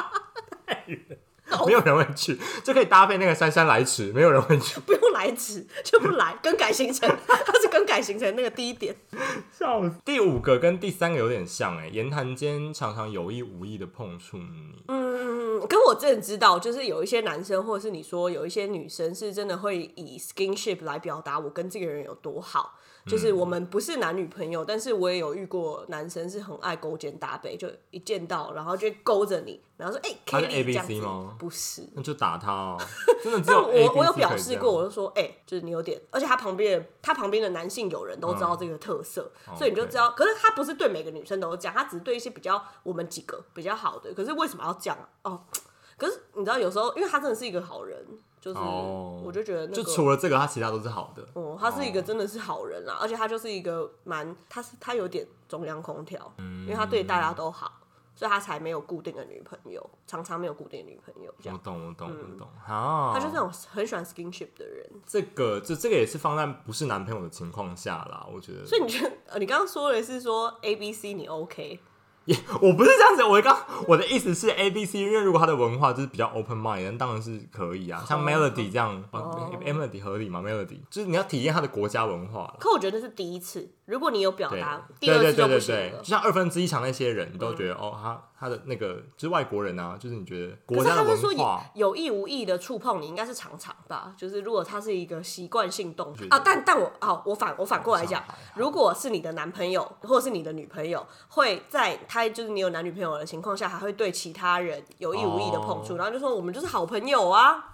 [SPEAKER 2] 哦
[SPEAKER 1] 没有人会去，就可以搭配那个姗姗来迟，没有人会去，
[SPEAKER 2] 不用来迟就不来，更改行程， 它是更改行程那个第一点，
[SPEAKER 1] 笑死。 第五个跟第三个有点像哎、言谈间常常有意无意的碰触你，
[SPEAKER 2] 嗯，跟我真的知道，就是有一些男生，或者是你说有一些女生，是真的会以 skinship 来表达我跟这个人有多好。就是我们不是男女朋友，但是我也有遇过男生是很爱勾肩搭背，就一见到然后就勾着你，然后说：“哎、
[SPEAKER 1] 他
[SPEAKER 2] k
[SPEAKER 1] 是
[SPEAKER 2] e l
[SPEAKER 1] ABC
[SPEAKER 2] 这样子
[SPEAKER 1] 吗
[SPEAKER 2] 不是。
[SPEAKER 1] 那就打他哦、真的只
[SPEAKER 2] 但
[SPEAKER 1] 有 A,
[SPEAKER 2] 我
[SPEAKER 1] B,
[SPEAKER 2] 我有
[SPEAKER 1] C
[SPEAKER 2] 表
[SPEAKER 1] 可以这
[SPEAKER 2] 示
[SPEAKER 1] 样
[SPEAKER 2] 过，我就说，哎、就是你有点，而且他旁边的他旁边的男性友人都知道这个特色，
[SPEAKER 1] 嗯
[SPEAKER 2] 所以你就知道。可是他不是对每个女生都这样，他只是对一些比较我们几个比较好的。可是为什么要这样啊？哦，可是你知道有时候，因为他真的是一个好人，就是、
[SPEAKER 1] 哦
[SPEAKER 2] 我就觉得那
[SPEAKER 1] 就
[SPEAKER 2] 个。
[SPEAKER 1] 除了这个，他其他都是好的。
[SPEAKER 2] 哦，他是一个真的是好人啦，而且他就是一个蛮，他是他有点中央空调，
[SPEAKER 1] 嗯
[SPEAKER 2] 因为他对大家都好，所以他才没有固定的女朋友，常常没有固定的女朋友这
[SPEAKER 1] 我
[SPEAKER 2] 样。
[SPEAKER 1] 懂，我懂，我懂。啊，
[SPEAKER 2] 嗯他就是那种很喜欢 skinship 的人，
[SPEAKER 1] 这个，这这个也是放在不是男朋友的情况下啦，我觉得。
[SPEAKER 2] 所以你觉得，呃，你刚刚说的是说 A、B、C 你 OK，
[SPEAKER 1] 也我不是这样子，我刚我的意思是 A B C，因为如果他的文化就是比较 open mind，那当然是可以啊。像 Melody 这样、
[SPEAKER 2] 哦
[SPEAKER 1] m e l o d y 合理吗？Melody 就是你要体验他的国家文化啦
[SPEAKER 2] 可我觉得是第一次，如果你有表
[SPEAKER 1] 对
[SPEAKER 2] 达，，第
[SPEAKER 1] 对
[SPEAKER 2] 二
[SPEAKER 1] 对
[SPEAKER 2] 次就
[SPEAKER 1] 对对
[SPEAKER 2] 不行
[SPEAKER 1] 对，
[SPEAKER 2] 了
[SPEAKER 1] 就。像二分之一强那些人，你都觉得、哦，他他的那个就是外国人啊，就是你觉得
[SPEAKER 2] 可
[SPEAKER 1] 国
[SPEAKER 2] 是
[SPEAKER 1] 家的
[SPEAKER 2] 他是说
[SPEAKER 1] 文
[SPEAKER 2] 有
[SPEAKER 1] 化，
[SPEAKER 2] 有意无意的触碰，你应该是常常吧？就是如果他是一个习惯性动作
[SPEAKER 1] 对对
[SPEAKER 2] 啊，但但我好，我反我反过来讲
[SPEAKER 1] 好好好，
[SPEAKER 2] 如果是你的男朋友或者是你的女朋友，会在他就是你有男女朋友的情况下，还会对其他人有意无意的碰触，
[SPEAKER 1] 哦
[SPEAKER 2] 然后就说我们就是好朋友啊。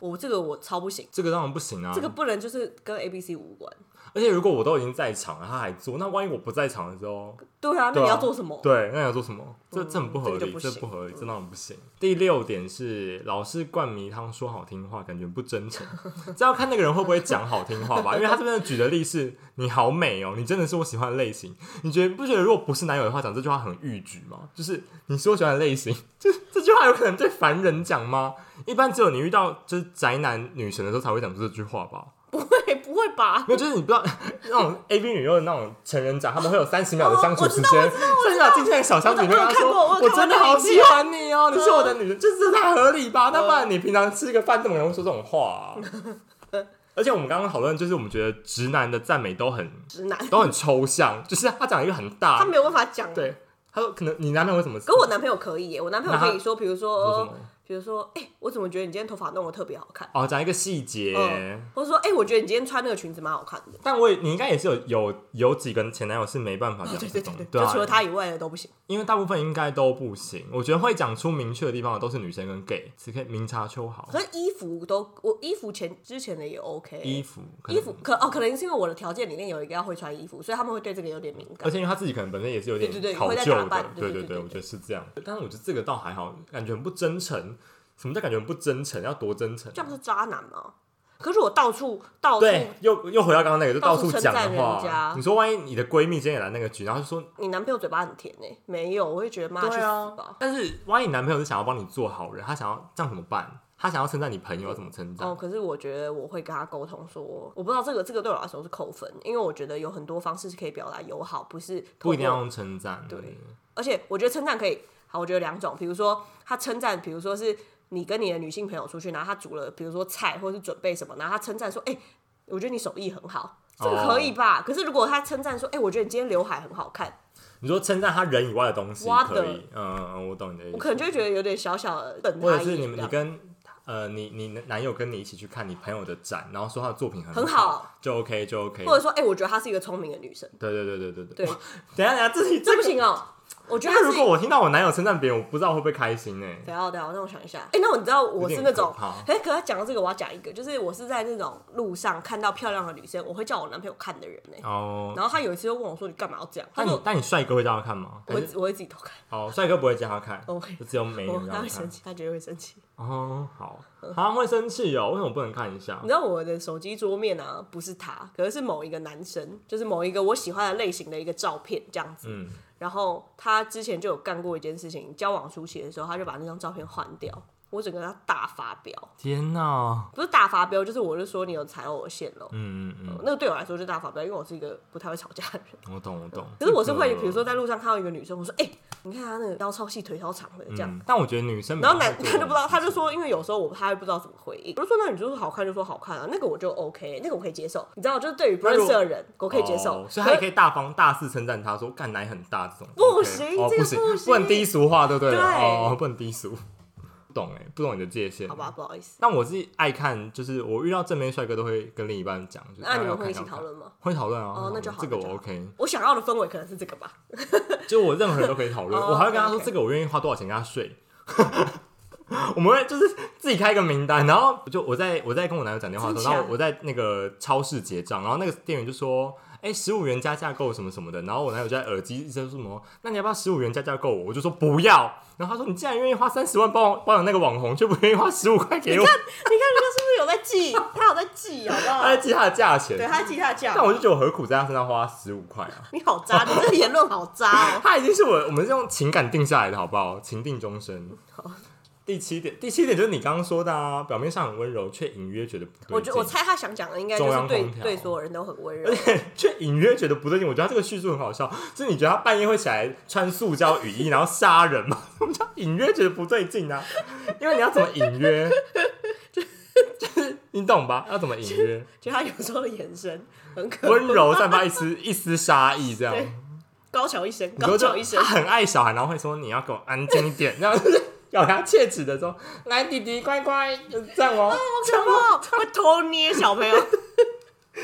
[SPEAKER 2] 我这个我超不行，
[SPEAKER 1] 这个当然不行啊。
[SPEAKER 2] 这个不能就是跟 A、B、C 无关。
[SPEAKER 1] 而且如果我都已经在场了，他还做，那万一我不在场的时候，
[SPEAKER 2] 对啊，那
[SPEAKER 1] 对
[SPEAKER 2] 你
[SPEAKER 1] 啊
[SPEAKER 2] 要做什么？嗯
[SPEAKER 1] 对，那你要做什么？这这很不合
[SPEAKER 2] 这个就
[SPEAKER 1] 理，
[SPEAKER 2] 不
[SPEAKER 1] 这
[SPEAKER 2] 行嗯
[SPEAKER 1] 不合理，这当然不行。第六点是老是灌迷汤说好听话，感觉不真诚，这要看那个人会不会讲好听话吧。因为他这边举的例是你好美哦，你真的是我喜欢的类型。你觉得不觉得如果不是男友的话，讲这句话很逾矩吗？就是你是我喜欢的类型， 这这句话有可能对凡人讲吗？一般只有你遇到就是宅男女神的时候才会讲出这句话吧。
[SPEAKER 2] 对，不会吧？
[SPEAKER 1] 没有，就是你不知道 那种 A B 女优的那种成人展，他们会
[SPEAKER 2] 哦
[SPEAKER 1] 有三十秒的相处时间，三十秒进去那个小箱子里面，
[SPEAKER 2] 我
[SPEAKER 1] 他
[SPEAKER 2] 有看过
[SPEAKER 1] 说
[SPEAKER 2] 我有看过
[SPEAKER 1] 真的
[SPEAKER 2] 那个
[SPEAKER 1] 好
[SPEAKER 2] 影片嗯
[SPEAKER 1] 喜欢你哦，你是我的女人，就是这太合理吧？那不然你平常吃个饭这么容易说这种话啊、而且我们刚刚讨论，就是我们觉得直男的赞美都 很
[SPEAKER 2] 直男，
[SPEAKER 1] 都很抽象，就是他讲一个很
[SPEAKER 2] 他
[SPEAKER 1] 大，
[SPEAKER 2] 没有办法讲。，欸
[SPEAKER 1] 对，他说可能你男朋友会怎么？
[SPEAKER 2] 可我男朋友可以耶，我男朋友可以说，比如
[SPEAKER 1] 说什
[SPEAKER 2] 说哦
[SPEAKER 1] 么，
[SPEAKER 2] 比如说，哎、我怎么觉得你今天头发弄得特别好看？
[SPEAKER 1] 哦，讲一个细节。
[SPEAKER 2] 嗯，或者说，哎、我觉得你今天穿那个裙子蛮好看的。
[SPEAKER 1] 但我也，你应该也是有有有几个前男友是没办法讲这
[SPEAKER 2] 哦对
[SPEAKER 1] 种
[SPEAKER 2] 对
[SPEAKER 1] 的，对
[SPEAKER 2] 对，
[SPEAKER 1] 啊
[SPEAKER 2] 就除了他以外的都不行。
[SPEAKER 1] 因为大部分应该都不行。我觉得会讲出明确的地方的都是女生跟 gay，只可以明察秋毫。
[SPEAKER 2] 可是衣服都，我衣服前之前的也 OK。
[SPEAKER 1] 衣服，可能
[SPEAKER 2] 衣服，可哦，可能是因为我的条件里面有一个要会穿衣服，所以他们会对这个有点敏
[SPEAKER 1] 而
[SPEAKER 2] 感。
[SPEAKER 1] 且因为他自己可能本身也是有点
[SPEAKER 2] 对对对
[SPEAKER 1] 考
[SPEAKER 2] 会在
[SPEAKER 1] 究
[SPEAKER 2] 打
[SPEAKER 1] 的
[SPEAKER 2] 扮，
[SPEAKER 1] 对
[SPEAKER 2] 对对对
[SPEAKER 1] 对，
[SPEAKER 2] 对
[SPEAKER 1] 我觉得是这样。但是我觉得这个倒还好，感觉很不真诚。什么叫感觉很不真诚？要多真诚啊
[SPEAKER 2] 这？样是渣男吗？可是我到处到处，
[SPEAKER 1] 对，又又回到刚刚那个，就
[SPEAKER 2] 到
[SPEAKER 1] 到
[SPEAKER 2] 处
[SPEAKER 1] 处
[SPEAKER 2] 称
[SPEAKER 1] 讲
[SPEAKER 2] 赞
[SPEAKER 1] 的
[SPEAKER 2] 人
[SPEAKER 1] 话
[SPEAKER 2] 家。
[SPEAKER 1] 你说万一你的闺蜜今天也来那个局，然后就说
[SPEAKER 2] 你男朋友嘴巴很甜哎，没有，我会觉得妈去
[SPEAKER 1] 对啊
[SPEAKER 2] 死吧。
[SPEAKER 1] 但是万一你男朋友是想要帮你做好人，他想要这样怎么办？他想要称赞你朋友，要怎么称赞？
[SPEAKER 2] 哦，可是我觉得我会跟他沟通说，我不知道这个这个对我来说是扣分，因为我觉得有很多方式是可以表达友好，不是透
[SPEAKER 1] 不一定要
[SPEAKER 2] 过，
[SPEAKER 1] 用称赞。
[SPEAKER 2] 对而且我觉得称赞可以，好，我觉得两种，比如说他称赞，比如说是你跟你的女性朋友出去，然后他煮了，比如说菜或是准备什么，然后他称赞说，哎、我觉得你手艺很好，这个可以
[SPEAKER 1] 哦
[SPEAKER 2] 吧？可是如果他称赞说，哎、我觉得你今天刘海很好看，
[SPEAKER 1] 你说称赞他人以外的东西
[SPEAKER 2] What
[SPEAKER 1] 可以，嗯嗯嗯，我懂你的意思。
[SPEAKER 2] 我可能就会觉得有点小小的等他
[SPEAKER 1] 或者
[SPEAKER 2] 一
[SPEAKER 1] 是你
[SPEAKER 2] 眼
[SPEAKER 1] 们
[SPEAKER 2] 这
[SPEAKER 1] 你
[SPEAKER 2] 样
[SPEAKER 1] 跟呃你你男友跟你一起去看你朋友的展，然后说他的作品很
[SPEAKER 2] 很
[SPEAKER 1] 好，就 OK 就 OK。
[SPEAKER 2] 或者说，哎、我觉得她是一个聪明的女生，
[SPEAKER 1] 对对对对对
[SPEAKER 2] 对
[SPEAKER 1] 哇 等一下等一下，自己
[SPEAKER 2] 这
[SPEAKER 1] 这
[SPEAKER 2] 不
[SPEAKER 1] 个，
[SPEAKER 2] 行哦、我觉得她
[SPEAKER 1] 那
[SPEAKER 2] 是
[SPEAKER 1] 如果我听到我男友称赞别人，我不知道会不会开心欸呢、
[SPEAKER 2] 等一下，等一下，让我想一下。哎、那我你知道我是那
[SPEAKER 1] 有
[SPEAKER 2] 种
[SPEAKER 1] 点可怕，
[SPEAKER 2] 哎、可他讲到这个，我要讲一个，就是我是在那种路上看到漂亮的女生，我会叫我男朋友看的人呢、
[SPEAKER 1] 哦，
[SPEAKER 2] 然后他有一次就问我说：“你干嘛要这样？”他
[SPEAKER 1] 那你
[SPEAKER 2] 说
[SPEAKER 1] 那你帅哥会叫他看吗：“？
[SPEAKER 2] 我哦
[SPEAKER 1] 还
[SPEAKER 2] 会
[SPEAKER 1] 是
[SPEAKER 2] 我会自己偷看。
[SPEAKER 1] 哦，帅哥不会叫他看
[SPEAKER 2] 我会
[SPEAKER 1] 就只有美女
[SPEAKER 2] 我
[SPEAKER 1] 让”
[SPEAKER 2] 他
[SPEAKER 1] 他
[SPEAKER 2] 会生
[SPEAKER 1] 看。
[SPEAKER 2] 气，他绝对会生气。
[SPEAKER 1] 哦，好，他会生气哦，为什么不能看一下
[SPEAKER 2] 你？知道我的手机桌面啊，不是他，可是是某一个男生，就是某一个我喜欢的类型的一个照片这样子。
[SPEAKER 1] 嗯，
[SPEAKER 2] 然后他之前就有干过一件事情，交往初期的时候，他就把那张照片换掉，我整个他大发飙，
[SPEAKER 1] 天哪，
[SPEAKER 2] 不是大发飙，就是我就说你有踩我的线喽。
[SPEAKER 1] 嗯嗯
[SPEAKER 2] 那个对我来说就大发飙，因为我是一个不太会吵架的人。
[SPEAKER 1] 嗯，我懂我懂。
[SPEAKER 2] 可是我是
[SPEAKER 1] 这
[SPEAKER 2] 会，
[SPEAKER 1] 个
[SPEAKER 2] 比如说在路上看到一个女生，我说：“哎、你看她那个腰超细，腿超长的这样。
[SPEAKER 1] 嗯，但我觉得女生比
[SPEAKER 2] 然后
[SPEAKER 1] 较
[SPEAKER 2] 男
[SPEAKER 1] 会做这
[SPEAKER 2] 他就
[SPEAKER 1] 种
[SPEAKER 2] 不知道，
[SPEAKER 1] 事
[SPEAKER 2] 他就说，因为有时候我不太不知道怎么回应。我就说，那你就是好看就说好看啊，那个我就 OK，那个我可以接受。你知道，就是对于不认识的人，我可以接受
[SPEAKER 1] 哦。所以他也可
[SPEAKER 2] 以
[SPEAKER 1] 以大方大肆称赞他说干奶很大这种，
[SPEAKER 2] 不
[SPEAKER 1] OK
[SPEAKER 2] 行
[SPEAKER 1] 哦
[SPEAKER 2] 这个
[SPEAKER 1] 不行
[SPEAKER 2] 不行
[SPEAKER 1] 不能低俗化，对不对？
[SPEAKER 2] 对
[SPEAKER 1] 哦，不能低俗，不懂哎，不懂你的界限。
[SPEAKER 2] 好吧，，不好意思。
[SPEAKER 1] 但我是爱看，就是我遇到正面帅哥都会跟另一半讲，就是啊
[SPEAKER 2] 那你们
[SPEAKER 1] 要看
[SPEAKER 2] 会一起
[SPEAKER 1] 要看
[SPEAKER 2] 讨论吗？
[SPEAKER 1] 会讨论啊，
[SPEAKER 2] 哦那就好
[SPEAKER 1] 这个
[SPEAKER 2] 那就
[SPEAKER 1] 我
[SPEAKER 2] 好
[SPEAKER 1] OK，
[SPEAKER 2] 我想要的氛围可能是这个吧。
[SPEAKER 1] 就我任何人都可以讨论，
[SPEAKER 2] 哦
[SPEAKER 1] 我还会跟他说
[SPEAKER 2] OK，OK
[SPEAKER 1] 这个我愿意花多少钱跟他睡。 我们会就是自己开一个名单，然后就我在我在跟我男友讲电话的时候，
[SPEAKER 2] 真假
[SPEAKER 1] 然后我在那个超市结账，然后那个店员就说：“哎、1十五元加价购什么什么的。”然后我男友就在耳机一直说什么：“那你要不要十五元加价购我？”我就说不要。然后他说：“你既然愿意花三十万帮我包养那个网红，就不愿意花十五块给我？
[SPEAKER 2] 你看人家是不是有在记？他有在记，好不
[SPEAKER 1] 他在
[SPEAKER 2] 好？
[SPEAKER 1] 记他的价钱。
[SPEAKER 2] 对，他记他的价。
[SPEAKER 1] 哎但我就觉得我何苦在他身上花十五块啊？
[SPEAKER 2] 你好渣，你这个言论好渣哦。
[SPEAKER 1] 他已经是我我们是用情感定下来的，好不好？情定终身。第七点，第七点就是你刚刚说的啊，表面上很温柔，却隐约觉得不
[SPEAKER 2] 我
[SPEAKER 1] 对
[SPEAKER 2] 觉
[SPEAKER 1] 劲。
[SPEAKER 2] 我猜他想讲的应该就
[SPEAKER 1] 中
[SPEAKER 2] 是
[SPEAKER 1] 央
[SPEAKER 2] 对
[SPEAKER 1] 空调
[SPEAKER 2] 对所有人都很温柔
[SPEAKER 1] 而。且 却隐约觉得不对劲。我觉得他这个叙述很好笑，就是你觉得他半夜会起来穿塑胶雨衣，然后杀人吗？ 我们叫隐约觉得不对劲啊，因为你要怎么隐约？ 就是你懂吧？要怎么隐 约？
[SPEAKER 2] 就他有时候的眼神很可
[SPEAKER 1] 温柔散发一丝一丝杀意，这样。
[SPEAKER 2] 对高桥一生，
[SPEAKER 1] 你说啊
[SPEAKER 2] 高
[SPEAKER 1] 就
[SPEAKER 2] 桥一生
[SPEAKER 1] 他。很爱小孩，然后会说你要给我安静一点， 然后就是咬牙切齿的说：“来，弟弟，乖乖，就是这样哦。
[SPEAKER 2] 什么会偷捏小朋友？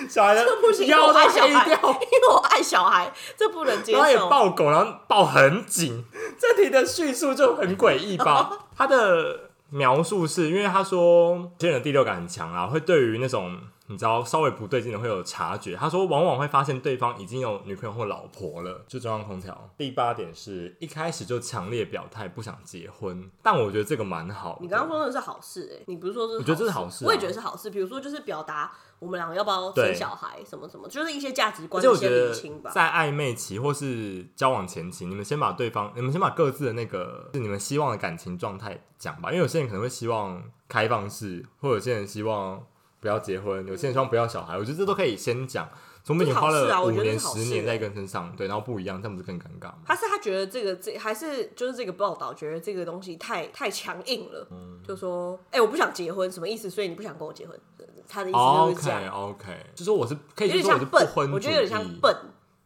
[SPEAKER 1] 小孩的
[SPEAKER 2] 这不行，因为
[SPEAKER 1] 腰
[SPEAKER 2] 我
[SPEAKER 1] 都
[SPEAKER 2] 爱小
[SPEAKER 1] 黑
[SPEAKER 2] 孩，
[SPEAKER 1] 掉，
[SPEAKER 2] 因为我爱小孩，这不能接
[SPEAKER 1] 然后也
[SPEAKER 2] 受。
[SPEAKER 1] 抱狗，然后抱很紧。这题的叙述就很诡异 吧？他的描述是因为他说，有些人的第六感很强啊，会对于那种。你知道稍微不对劲的会有察觉，他说往往会发现对方已经有女朋友或老婆了，就中央空调。第八点是一开始就强烈表态不想结婚，但我觉得这个蛮好的。
[SPEAKER 2] 你刚刚说的是好事、哎，你不是说这是？
[SPEAKER 1] 我觉得这是好事啊
[SPEAKER 2] 我也觉得是好事。比如说，就是表达我们两个要不要生
[SPEAKER 1] 对
[SPEAKER 2] 小孩，什么什么，就是一些价值
[SPEAKER 1] 而
[SPEAKER 2] 观
[SPEAKER 1] 且
[SPEAKER 2] 的一
[SPEAKER 1] 我
[SPEAKER 2] 些
[SPEAKER 1] 觉
[SPEAKER 2] 厘
[SPEAKER 1] 得
[SPEAKER 2] 清吧。
[SPEAKER 1] 在暧昧期或是交往前期，你们先把对方，你们先把各自的那个是你们希望的感情状态讲吧，因为有些人可能会希望开放式，或者有些人希望不要结婚，有些人希望不要小孩，我觉得这都可以先讲，总比你花
[SPEAKER 2] 这是好事啊
[SPEAKER 1] 了
[SPEAKER 2] 我
[SPEAKER 1] 五
[SPEAKER 2] 觉得
[SPEAKER 1] 年、
[SPEAKER 2] 这是好
[SPEAKER 1] 十
[SPEAKER 2] 事
[SPEAKER 1] 年在一个人身上，对，然后不一样，这样不是更尴尬吗？
[SPEAKER 2] 他是他觉得这个这还是就是这个报道觉得这个东西太太强硬了，
[SPEAKER 1] 嗯
[SPEAKER 2] 就说哎、我不想结婚，什么意思？所以你不想跟我结婚？他的意思就是这
[SPEAKER 1] 哦 OK
[SPEAKER 2] 样，
[SPEAKER 1] OK，就说我是可以
[SPEAKER 2] 有点
[SPEAKER 1] 就说我是
[SPEAKER 2] 像
[SPEAKER 1] 不
[SPEAKER 2] 笨，
[SPEAKER 1] 婚
[SPEAKER 2] 我觉得有点
[SPEAKER 1] 主义
[SPEAKER 2] 像笨，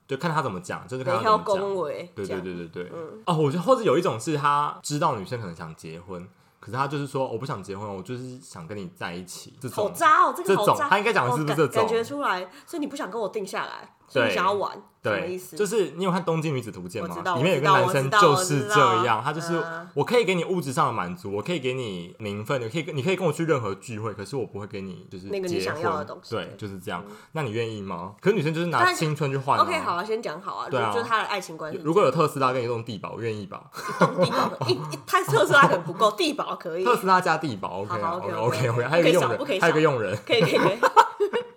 [SPEAKER 1] 就看他怎么讲，就是看
[SPEAKER 2] 没
[SPEAKER 1] 他怎
[SPEAKER 2] 挑
[SPEAKER 1] 么
[SPEAKER 2] 恭
[SPEAKER 1] 讲。
[SPEAKER 2] 维，
[SPEAKER 1] 对对
[SPEAKER 2] 这样嗯
[SPEAKER 1] 对对对，哦，我觉得或者有一种是他知道女生可能想结婚，可是他就是说我不想结婚，我就是想跟你在一起，这
[SPEAKER 2] 好
[SPEAKER 1] 种
[SPEAKER 2] 渣哦，这
[SPEAKER 1] 这
[SPEAKER 2] 个好
[SPEAKER 1] 种
[SPEAKER 2] 渣。
[SPEAKER 1] 他应该讲的是不是这
[SPEAKER 2] 哦
[SPEAKER 1] 种
[SPEAKER 2] 感感觉出来，所以你不想跟我定下来，所以你
[SPEAKER 1] 对
[SPEAKER 2] 想要玩，什么
[SPEAKER 1] 对
[SPEAKER 2] 意，思？
[SPEAKER 1] 就是你有看《东京女子图鉴》
[SPEAKER 2] 我知
[SPEAKER 1] 吗？
[SPEAKER 2] 道
[SPEAKER 1] 里面有一个
[SPEAKER 2] 我知
[SPEAKER 1] 男
[SPEAKER 2] 道
[SPEAKER 1] 生
[SPEAKER 2] 我
[SPEAKER 1] 就
[SPEAKER 2] 知道
[SPEAKER 1] 是
[SPEAKER 2] 我知道
[SPEAKER 1] 这样，他就是
[SPEAKER 2] 嗯
[SPEAKER 1] 我可以给你物质上的满足，我可以给你名分，我可以跟你可以跟我去任何聚会，可是我不会给你就是
[SPEAKER 2] 那个你
[SPEAKER 1] 结
[SPEAKER 2] 想
[SPEAKER 1] 婚
[SPEAKER 2] 要的东西
[SPEAKER 1] 对
[SPEAKER 2] 对，
[SPEAKER 1] 就是这样。那你愿意吗？可是女生就是拿
[SPEAKER 2] 但
[SPEAKER 1] 青春去换啊。
[SPEAKER 2] OK，好啊，先讲好啊，
[SPEAKER 1] 对啊
[SPEAKER 2] 就是他的爱情观是
[SPEAKER 1] 如果有特斯拉跟你这种地堡，我愿意吧？
[SPEAKER 2] 地保一一，他特斯拉可能不 够，地保可以，
[SPEAKER 1] 特斯拉加地堡，OK 啊
[SPEAKER 2] 好
[SPEAKER 1] OK
[SPEAKER 2] ，OK，OK，OK，
[SPEAKER 1] OK，还有一个
[SPEAKER 2] 不可以
[SPEAKER 1] 佣人，还有
[SPEAKER 2] 少不可以少
[SPEAKER 1] 一个佣人。
[SPEAKER 2] 可以可以可以。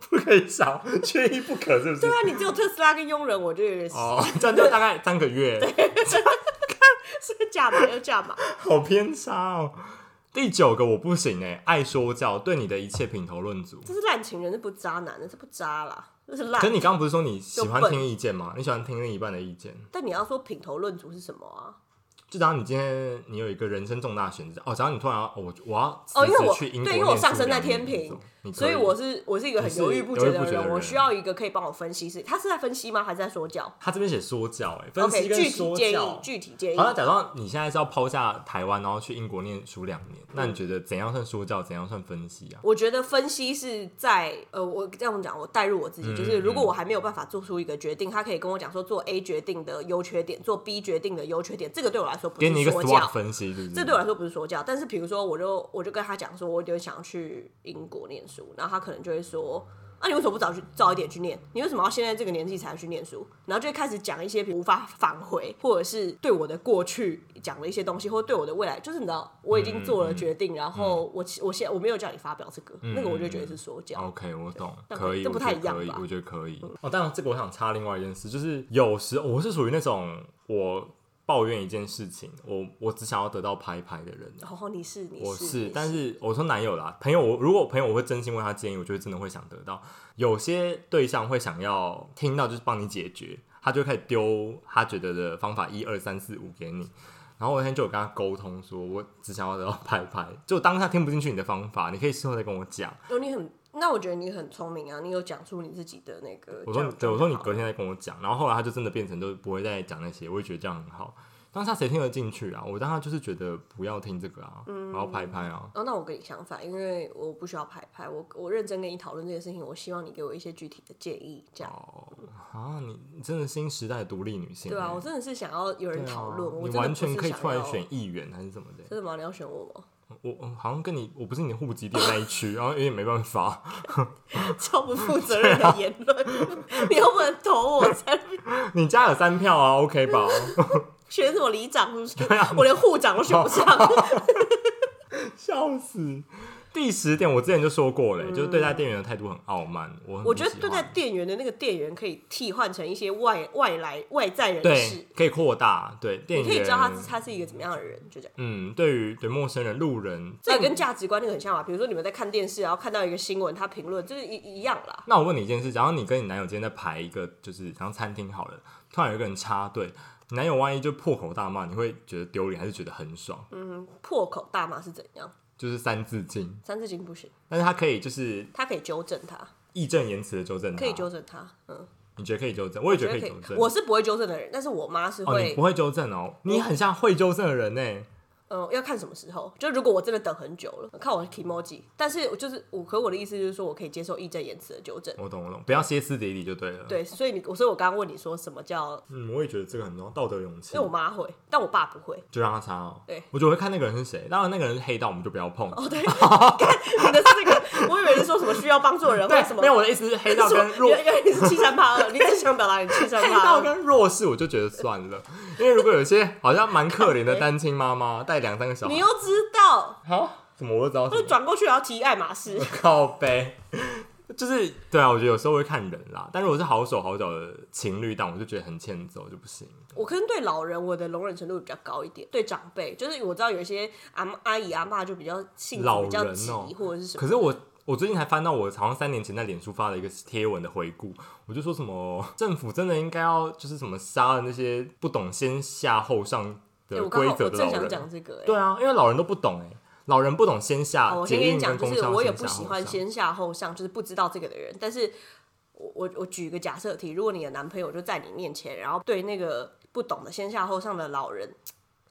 [SPEAKER 1] 不可以少，缺一不可，是不是
[SPEAKER 2] 对？啊，你只有特斯拉跟佣人，我就有点
[SPEAKER 1] 哦，这样就大概三个月，
[SPEAKER 2] 是个价码又价码，
[SPEAKER 1] 好偏差哦。第九个我不行哎、爱说教，对你的一切品头论足。
[SPEAKER 2] 这是烂情人，这不渣男，这不渣啦，这是烂
[SPEAKER 1] 可。是你刚刚不是说你喜欢
[SPEAKER 2] 啊就笨
[SPEAKER 1] 听意见吗？你喜欢听另一半的意见，
[SPEAKER 2] 但你要说品头论足是什么啊？
[SPEAKER 1] 就假如你今天你有一个人生重大选择，哦，假如你突然要哦，我我要
[SPEAKER 2] 哦因为
[SPEAKER 1] 辞职
[SPEAKER 2] 我
[SPEAKER 1] 去英国
[SPEAKER 2] 对因
[SPEAKER 1] 念
[SPEAKER 2] 为
[SPEAKER 1] 书，
[SPEAKER 2] 我上升在
[SPEAKER 1] 两年
[SPEAKER 2] 天平
[SPEAKER 1] 这种你可
[SPEAKER 2] 所以我是我是一个很犹豫不决
[SPEAKER 1] 你是犹豫
[SPEAKER 2] 的
[SPEAKER 1] 不决的
[SPEAKER 2] 人，
[SPEAKER 1] 人
[SPEAKER 2] 我需要一个可以帮我分析是，他是在分析吗？还是在说教
[SPEAKER 1] 他这边写说教、欸，哎，分
[SPEAKER 2] ？OK，
[SPEAKER 1] 析跟
[SPEAKER 2] 具体
[SPEAKER 1] 说
[SPEAKER 2] 建
[SPEAKER 1] 教。
[SPEAKER 2] 议，具体建议
[SPEAKER 1] 好，。那假装你现在是要抛下台湾，然后去英国念书两年，
[SPEAKER 2] 嗯
[SPEAKER 1] 那你觉得怎样算说教，怎样算分析啊？
[SPEAKER 2] 我觉得分析是在呃，我这样讲，我带入我
[SPEAKER 1] 嗯
[SPEAKER 2] 自己，就是如果我还没有办法做出一个决定，他可以跟我讲说做 A 决定的优缺点，做 B 决定的优缺点，这个对我来说不
[SPEAKER 1] 给你一
[SPEAKER 2] 是
[SPEAKER 1] 个
[SPEAKER 2] 说
[SPEAKER 1] SWOT
[SPEAKER 2] 教。
[SPEAKER 1] 分析，是不是？
[SPEAKER 2] 这对我来说不是说教，但是比如说，我就我就跟他讲说，我有想去英国念书，然后他可能就会说，啊，你为什么不早去早一点去念？你为什么要现在这个年纪才去念书？然后就会开始讲一些比如无法返回，或者是对我的过去讲了一些东西，或者对我的未来，就是你知道，我已
[SPEAKER 1] 嗯
[SPEAKER 2] 经做了决定，然后我其我现在我没有叫你发表这个，
[SPEAKER 1] 嗯
[SPEAKER 2] 那个我就觉得是说教。
[SPEAKER 1] OK，我懂，
[SPEAKER 2] 但
[SPEAKER 1] 可以，
[SPEAKER 2] 这
[SPEAKER 1] 我
[SPEAKER 2] 不
[SPEAKER 1] 觉
[SPEAKER 2] 太
[SPEAKER 1] 得
[SPEAKER 2] 一样
[SPEAKER 1] 可以
[SPEAKER 2] 吧，嗯
[SPEAKER 1] 我觉得可以。哦，当然这个我想插另外一件事，就是有时我是属于那种我抱怨一件事情，我我只想要得到拍拍的人。
[SPEAKER 2] 然哦后你是你
[SPEAKER 1] 哦我
[SPEAKER 2] 是
[SPEAKER 1] 是，，但是我说男友啦，朋友我，如果朋友我会真心问他建议，我就会真的会想得到。有些对象会想要听到就是帮你解决，他就开始丢他觉得的方法一二三四五给你。然后我那天就有跟他沟通说，我只想要得到拍拍，就当他听不进去你的方法，你可以事后再跟我讲。
[SPEAKER 2] 哦，你很，那我觉得你很聪明啊，你有讲出你自己的那个
[SPEAKER 1] 我
[SPEAKER 2] 这
[SPEAKER 1] 说
[SPEAKER 2] 样
[SPEAKER 1] 你
[SPEAKER 2] 的状况。
[SPEAKER 1] 对，我说你隔天再跟我讲，然后后来他就真的变成就是不会再讲那些，我也觉得这样很好。当下谁听得进去啊？我当下就是觉得不要听这个啊，
[SPEAKER 2] 嗯
[SPEAKER 1] 然后拍拍啊，
[SPEAKER 2] 哦，那我跟你相反，因为我不需要排拍，我我认真跟你讨论这件事情，我希望你给我一些具体的建议，这样。
[SPEAKER 1] 哦啊，你你真的新时代的独立女性欸，
[SPEAKER 2] 对啊，我真的是想要有
[SPEAKER 1] 对
[SPEAKER 2] 人
[SPEAKER 1] 啊
[SPEAKER 2] 讨论，我
[SPEAKER 1] 你
[SPEAKER 2] 真的
[SPEAKER 1] 完
[SPEAKER 2] 不是
[SPEAKER 1] 全可以
[SPEAKER 2] 想
[SPEAKER 1] 出来
[SPEAKER 2] 要
[SPEAKER 1] 选。议员还是什么的欸。
[SPEAKER 2] 真的吗？你要选我吗？
[SPEAKER 1] 我我好像跟你，我不是你的户籍地那一区，然后有点没办法。
[SPEAKER 2] 超
[SPEAKER 1] 嗯
[SPEAKER 2] 不负责任
[SPEAKER 1] 啊
[SPEAKER 2] 的言论， 你又不能投我，才
[SPEAKER 1] 你家有三票啊，OK 吧？
[SPEAKER 2] 选什么里长是不是？
[SPEAKER 1] 啊
[SPEAKER 2] 我连护长都选不上。
[SPEAKER 1] 笑死。第十点，我之前就说过了欸，就是对待店员的态度很傲慢，我很
[SPEAKER 2] 嗯我
[SPEAKER 1] 不
[SPEAKER 2] 觉得
[SPEAKER 1] 喜
[SPEAKER 2] 对待
[SPEAKER 1] 欢
[SPEAKER 2] 店员的那个店员可以替换成一些外外来外在人士
[SPEAKER 1] 对，可以扩大对店
[SPEAKER 2] 你
[SPEAKER 1] 员，
[SPEAKER 2] 可以知道他是他是一个怎么样的人，就这样。
[SPEAKER 1] 嗯，对于对陌生人、路人，
[SPEAKER 2] 这也
[SPEAKER 1] 但
[SPEAKER 2] 跟价值观那个很像嘛。啊比如说你们在看电视，然后看到一个新闻，他评论就是一一样啦。
[SPEAKER 1] 那我问你一件事，假如你跟你男友今天在排一个，就是像餐厅好了，突然有一个人插队，你男友万一就破口大骂，你会觉得丢脸还是觉得很爽？
[SPEAKER 2] 破口大骂是怎样？
[SPEAKER 1] 就是三字经，
[SPEAKER 2] 三字经不行，
[SPEAKER 1] 但是他可以就是
[SPEAKER 2] 他可以纠正他，
[SPEAKER 1] 义正言辞的纠正他，
[SPEAKER 2] 可以纠正他。嗯，
[SPEAKER 1] 你觉得可以纠正？我也觉得
[SPEAKER 2] 觉得
[SPEAKER 1] 可以
[SPEAKER 2] 可以
[SPEAKER 1] 纠正。。
[SPEAKER 2] 我是不会纠正的人，但是我妈是
[SPEAKER 1] 哦，
[SPEAKER 2] 会
[SPEAKER 1] 你不，会纠正哦，你很像会纠正的人呢。
[SPEAKER 2] 呃，要看什么时候。就如果我真的等很久了，看我 emoji，但是我就是我，可我的意思就是说我可以接受义正言辞的纠正。
[SPEAKER 1] 我懂，我懂，不要歇斯底里就对了。，
[SPEAKER 2] 对，所以你，我所以我刚刚问你说什么叫，
[SPEAKER 1] 嗯，我也觉得这个很重要，道德勇气
[SPEAKER 2] 因为我妈会，但我爸不会。
[SPEAKER 1] 就让他插哦。
[SPEAKER 2] 对，
[SPEAKER 1] 我就会看那个人是谁，当然那个人是黑道，我们就不要碰。
[SPEAKER 2] 哦，对，干你的是这个，我以为是说什么需要帮助的人，或
[SPEAKER 1] 对
[SPEAKER 2] 者什，么
[SPEAKER 1] 没有我的意思是黑 道
[SPEAKER 2] 什么
[SPEAKER 1] 跟弱
[SPEAKER 2] 原原来你是七三八二，你只想表达你七 三
[SPEAKER 1] 黑
[SPEAKER 2] 八
[SPEAKER 1] 道
[SPEAKER 2] 二。
[SPEAKER 1] 跟弱势，我就觉得算了，因为如果有些好像蛮可怜的单亲妈妈带两三个小孩，
[SPEAKER 2] 你又知道，
[SPEAKER 1] 好，怎么我都知道什
[SPEAKER 2] 就
[SPEAKER 1] 么
[SPEAKER 2] 转过去然后提爱马仕。
[SPEAKER 1] 靠背，就是对啊，我觉得有时候会看人啦，但如果是好手好脚的情侣档，我就觉得很欠揍，就不行。
[SPEAKER 2] 我可能对老人我的容忍程度比较高一点，对长辈就是我知道有一些阿嬷阿姨阿嬷就比较性子
[SPEAKER 1] 老
[SPEAKER 2] 比较
[SPEAKER 1] 人
[SPEAKER 2] 急、
[SPEAKER 1] 哦
[SPEAKER 2] 或者是什么，
[SPEAKER 1] 可是我我最近才翻到我好像三年前在脸书发了一个贴文的回顾，我就说什么政府真的应该要就是什么杀了那些不懂先下后上
[SPEAKER 2] 对
[SPEAKER 1] 的
[SPEAKER 2] 我刚
[SPEAKER 1] 规
[SPEAKER 2] 好
[SPEAKER 1] 则
[SPEAKER 2] 我
[SPEAKER 1] 的
[SPEAKER 2] 正
[SPEAKER 1] 老
[SPEAKER 2] 想
[SPEAKER 1] 人。
[SPEAKER 2] 讲这个、欸。
[SPEAKER 1] 对啊，因为老人都不懂哎、老人不懂先下、
[SPEAKER 2] 哦，我先
[SPEAKER 1] 捷
[SPEAKER 2] 跟你
[SPEAKER 1] 运
[SPEAKER 2] 讲，
[SPEAKER 1] 跟
[SPEAKER 2] 就
[SPEAKER 1] 公
[SPEAKER 2] 是
[SPEAKER 1] 车
[SPEAKER 2] 我也
[SPEAKER 1] 先
[SPEAKER 2] 不
[SPEAKER 1] 下
[SPEAKER 2] 喜
[SPEAKER 1] 后
[SPEAKER 2] 欢
[SPEAKER 1] 上
[SPEAKER 2] 先下后上，就是不知道这个的人。但是我我我举一个假设题，如果你的男朋友就在你面前，然后对那个不懂得先下后上的老人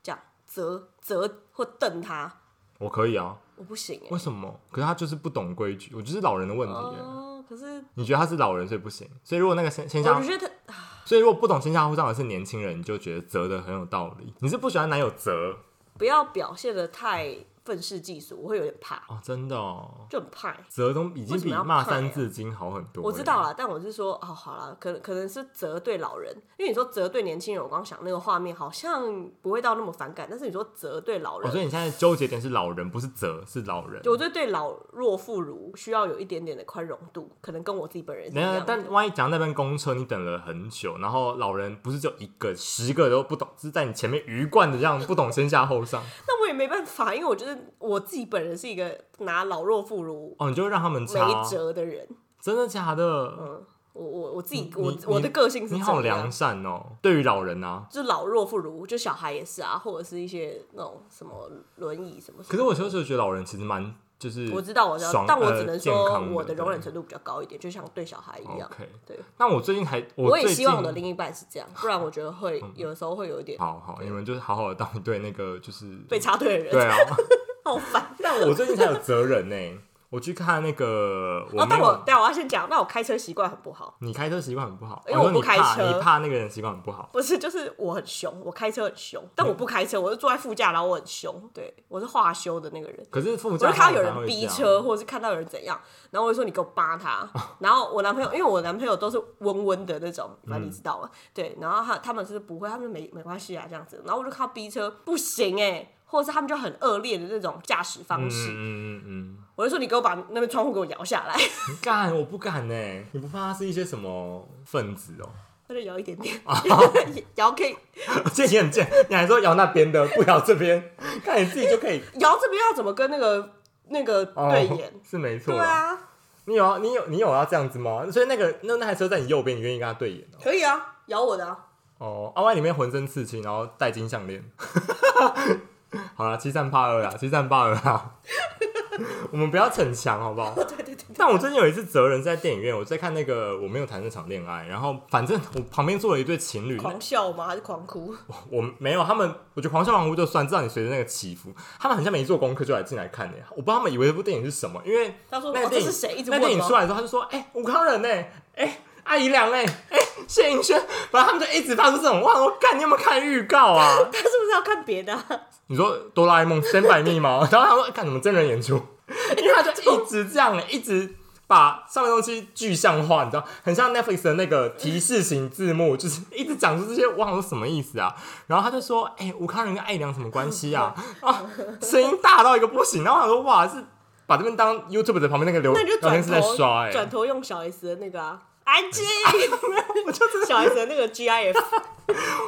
[SPEAKER 2] 这样责责或瞪他，
[SPEAKER 1] 我可以啊，
[SPEAKER 2] 我不行哎、
[SPEAKER 1] 为什么？可是他就是不懂规矩，我就是老人的问题耶。
[SPEAKER 2] 哦，可是
[SPEAKER 1] 你觉得他是老人，所以不行。所以如果那个先先
[SPEAKER 2] 我
[SPEAKER 1] 下
[SPEAKER 2] 就，觉得他
[SPEAKER 1] 所以如果不懂先下后上的是年轻人，你就觉得责的很有道理。你是不喜欢男友责
[SPEAKER 2] 不要表现的太愤世嫉俗，我会有点怕，
[SPEAKER 1] 哦，真的哦，
[SPEAKER 2] 就很怕欸、
[SPEAKER 1] 责都已经
[SPEAKER 2] 为什
[SPEAKER 1] 比
[SPEAKER 2] 么要
[SPEAKER 1] 骂
[SPEAKER 2] 派啊
[SPEAKER 1] 三字经好很多。
[SPEAKER 2] 我知道，了，但我是说，哦，好了，可能可能是责对老人，因为你说责对年轻人，我刚想那个画面好像不会到那么反感，但是你说责对老
[SPEAKER 1] 我
[SPEAKER 2] 人，
[SPEAKER 1] 觉得哦你现在纠结点是老人，不是责，是老人。
[SPEAKER 2] 我觉得对老弱妇孺需要有一点点的宽容度，可能跟我自己本人是一
[SPEAKER 1] 等一下
[SPEAKER 2] 样，的。
[SPEAKER 1] 啊但万一讲那班公车，你等了很久，然后老人不是就一个，十个都不懂，是在你前面鱼贯的这样，不懂先下后上，
[SPEAKER 2] 那我也没办法，因为我觉得我自己本人是一个拿老弱妇孺
[SPEAKER 1] 哦，你就会让他们插
[SPEAKER 2] 没，辙的人。
[SPEAKER 1] 真的假的？
[SPEAKER 2] 嗯，我我我自己
[SPEAKER 1] 你
[SPEAKER 2] 我
[SPEAKER 1] 你
[SPEAKER 2] 我的个性是
[SPEAKER 1] 你好
[SPEAKER 2] 这样
[SPEAKER 1] 良，善哦，对于老人啊。
[SPEAKER 2] 就是老弱妇孺，就小孩也是啊，或者是一些那种什么轮椅什么什么。
[SPEAKER 1] 可是我有时候觉得老人其实蛮就是
[SPEAKER 2] 我知道，我知道
[SPEAKER 1] 爽，
[SPEAKER 2] 但我
[SPEAKER 1] 呃
[SPEAKER 2] 只能
[SPEAKER 1] 健
[SPEAKER 2] 说
[SPEAKER 1] 康的
[SPEAKER 2] 我的容忍
[SPEAKER 1] 对
[SPEAKER 2] 程度比较高一点，就像对小孩一样。
[SPEAKER 1] OK，
[SPEAKER 2] 对，
[SPEAKER 1] 那我最近还我
[SPEAKER 2] 我也
[SPEAKER 1] 最
[SPEAKER 2] 希望
[SPEAKER 1] 近嗯
[SPEAKER 2] 我的另一半是 这样，不然我觉得会有的时候会有一点
[SPEAKER 1] 好好，你们就是好好的当一对那个就是
[SPEAKER 2] 被插队的人，
[SPEAKER 1] 对啊，
[SPEAKER 2] 好烦。
[SPEAKER 1] 但我最近才有责任呢、我去看那个我没
[SPEAKER 2] 哦，但
[SPEAKER 1] 有、
[SPEAKER 2] 我但我要先讲，那我开车习惯很不好，
[SPEAKER 1] 你开车习惯很不好，
[SPEAKER 2] 因为我
[SPEAKER 1] 说
[SPEAKER 2] 不
[SPEAKER 1] 你
[SPEAKER 2] 开
[SPEAKER 1] 怕
[SPEAKER 2] 车
[SPEAKER 1] 你怕那个人习惯很不好。
[SPEAKER 2] 不是就是我很凶，我开车很凶，但我
[SPEAKER 1] 嗯
[SPEAKER 2] 不开车，我就坐在副驾，然后我很凶，对我是化修的那个人。
[SPEAKER 1] 可是副
[SPEAKER 2] 我
[SPEAKER 1] 驾
[SPEAKER 2] 就看
[SPEAKER 1] 驶
[SPEAKER 2] 到有
[SPEAKER 1] 才
[SPEAKER 2] 人
[SPEAKER 1] 会
[SPEAKER 2] 逼
[SPEAKER 1] 这样，
[SPEAKER 2] 车，或者是看到有人怎样，然后我就说你给我扒 他。然后我男朋友，因为我男朋友都是温温的那种，反正你知道
[SPEAKER 1] 嗯
[SPEAKER 2] 嘛，对。然后他他们是不会，他们没没关系啊这样子。然后我就看到逼车不行哎、或者是他们就很恶劣的那种驾驶方
[SPEAKER 1] 嗯
[SPEAKER 2] 式，
[SPEAKER 1] 嗯嗯
[SPEAKER 2] 我就说你给我把那边窗户给我摇下来，
[SPEAKER 1] 嗯，你敢我不敢呢、你不怕他是一些什么分子哦、
[SPEAKER 2] 他就摇一点点， 摇可以
[SPEAKER 1] 这你很贱，你还说摇那边的，不摇这边，看你自己就 可以
[SPEAKER 2] 摇这边要怎么跟那个那个
[SPEAKER 1] 哦
[SPEAKER 2] 对 眼？
[SPEAKER 1] 是没错
[SPEAKER 2] 对
[SPEAKER 1] 啦。
[SPEAKER 2] 啊，
[SPEAKER 1] 你有要你有你有要这样子吗？所以那个那那台车在你右边，你愿意跟他对眼哦、
[SPEAKER 2] 可以啊，摇我的、啊。
[SPEAKER 1] 哦，阿歪里面浑身刺青，然后戴金项链。 好啦，七三八二啦，七三八二啦。 我们不要逞强，好不好？
[SPEAKER 2] 对对对，
[SPEAKER 1] 但我最近有一次责任是在电影院，我在看那个《我没有谈那场恋爱》，然后反正我旁边坐了一对情侣，
[SPEAKER 2] 狂笑吗？还是狂哭？
[SPEAKER 1] 我没有他们，我觉得狂笑狂哭就算，知道你随着那个起伏，他们很像没做功课就来进来看的、我不知道他们以为这部电影是什么，因为
[SPEAKER 2] 他说、
[SPEAKER 1] 那
[SPEAKER 2] 哦、
[SPEAKER 1] 电
[SPEAKER 2] 这
[SPEAKER 1] 影
[SPEAKER 2] 是谁？一直
[SPEAKER 1] 那
[SPEAKER 2] 问
[SPEAKER 1] 电影
[SPEAKER 2] 吗
[SPEAKER 1] 出来的时候，他就说：“哎、武康人呢、哎、艾怡良呢、哎、谢颖轩。”反正他们就一直发出这种话，我干，你有没有看预告啊？
[SPEAKER 2] 他是不是要看别的啊、
[SPEAKER 1] 你说哆啦 A 梦三百密吗？ 然后他说：“看你们真人 演出，因为他就一直这样、一直。”把上面东西具象化，你知道，很像 Netflix 的那个提示型字幕， 就是一直讲出这些，我想说什么意思啊？然后他就说：“哎、武康人跟艾怡良什么关系 啊？”啊，声音大到一个不行。然后我想说：“哇，是把这边当 YouTube 的旁边那个留
[SPEAKER 2] 那你就
[SPEAKER 1] 聊天
[SPEAKER 2] 转
[SPEAKER 1] 室在
[SPEAKER 2] 头
[SPEAKER 1] 刷、哎，
[SPEAKER 2] 转头用小 S 的那个啊，安静， 我就真的小 S 的那个 GIF，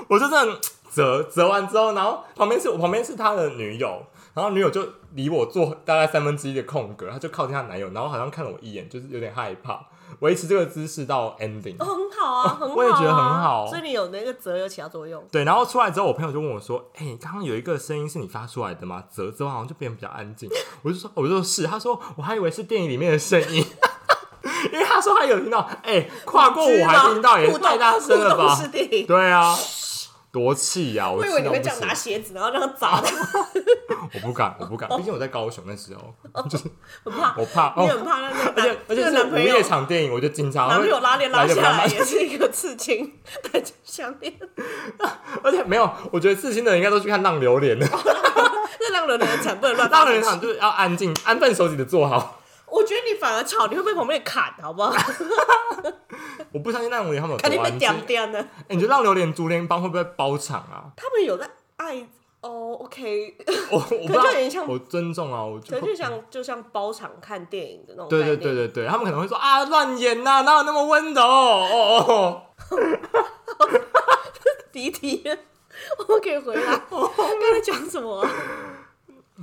[SPEAKER 1] 我就这样折折完之后，然后旁边是我旁边是他的女友，然后女友就离我坐大概三分之一的空格，她就靠近她男友，然后好像看了我一眼，就是有点害怕，维持这个姿势到 ending。
[SPEAKER 2] 哦很好啊，很好、啊，
[SPEAKER 1] 我也觉得很好
[SPEAKER 2] 所以你有那个折有起到作用。
[SPEAKER 1] 对，然后出来之后，我朋友就问我说：“哎、刚刚有一个声音是你发出来的吗？”折之后好像就变得比较安静。我就说：“我就说是。”他说：“我还以为是电影里面的声 音。”因为他说他有听到，哎、跨过我还听到，也
[SPEAKER 2] 互动
[SPEAKER 1] 太大声了
[SPEAKER 2] 互动
[SPEAKER 1] 吧
[SPEAKER 2] 式？电影，
[SPEAKER 1] 对啊，多气呀、我
[SPEAKER 2] 我以
[SPEAKER 1] 气
[SPEAKER 2] 为你
[SPEAKER 1] 到
[SPEAKER 2] 会
[SPEAKER 1] 不
[SPEAKER 2] 这样
[SPEAKER 1] 行啊
[SPEAKER 2] 拿鞋子，然后这样砸他，
[SPEAKER 1] 我不敢，我不敢，毕竟我在高雄那时候，
[SPEAKER 2] 很怕。
[SPEAKER 1] 我怕
[SPEAKER 2] 哦你
[SPEAKER 1] 哦，
[SPEAKER 2] 很怕那个男，
[SPEAKER 1] 而且而
[SPEAKER 2] 那
[SPEAKER 1] 且是
[SPEAKER 2] 个男
[SPEAKER 1] 午
[SPEAKER 2] 朋友
[SPEAKER 1] 夜场电影，我就经常
[SPEAKER 2] 男朋
[SPEAKER 1] 会
[SPEAKER 2] 友拉链拉
[SPEAKER 1] 得比
[SPEAKER 2] 下
[SPEAKER 1] 较
[SPEAKER 2] 来
[SPEAKER 1] 慢
[SPEAKER 2] 也是一个刺青， 大家项链，
[SPEAKER 1] 而且没有，我觉得刺青的人应该都去看《浪流连》
[SPEAKER 2] 哦
[SPEAKER 1] 的，《
[SPEAKER 2] 那让人很惨，不能乱
[SPEAKER 1] 浪
[SPEAKER 2] 打
[SPEAKER 1] 流
[SPEAKER 2] 人
[SPEAKER 1] 连》场就是要安静，安分守己的做 好。
[SPEAKER 2] 我觉得你反而吵，你会被旁边砍，好不好？
[SPEAKER 1] 我不相信浪流连他们有
[SPEAKER 2] 肯定
[SPEAKER 1] 多
[SPEAKER 2] 被
[SPEAKER 1] 安
[SPEAKER 2] 点
[SPEAKER 1] 静。
[SPEAKER 2] 点的。
[SPEAKER 1] 哎你觉得浪流连竹联帮会不会包场啊？
[SPEAKER 2] 他们有在爱哦，OK，
[SPEAKER 1] 我我不知
[SPEAKER 2] 可
[SPEAKER 1] 道
[SPEAKER 2] 能就有点，像
[SPEAKER 1] 我尊重啊，我
[SPEAKER 2] 可能就像就像包场看电影的那种。
[SPEAKER 1] 对对对，对对，他们可能会说啊乱演呐，哪有那么温柔？哦哦哦。
[SPEAKER 2] 迪迪，我们可以 回来。
[SPEAKER 1] 哦
[SPEAKER 2] 刚才讲什么啊？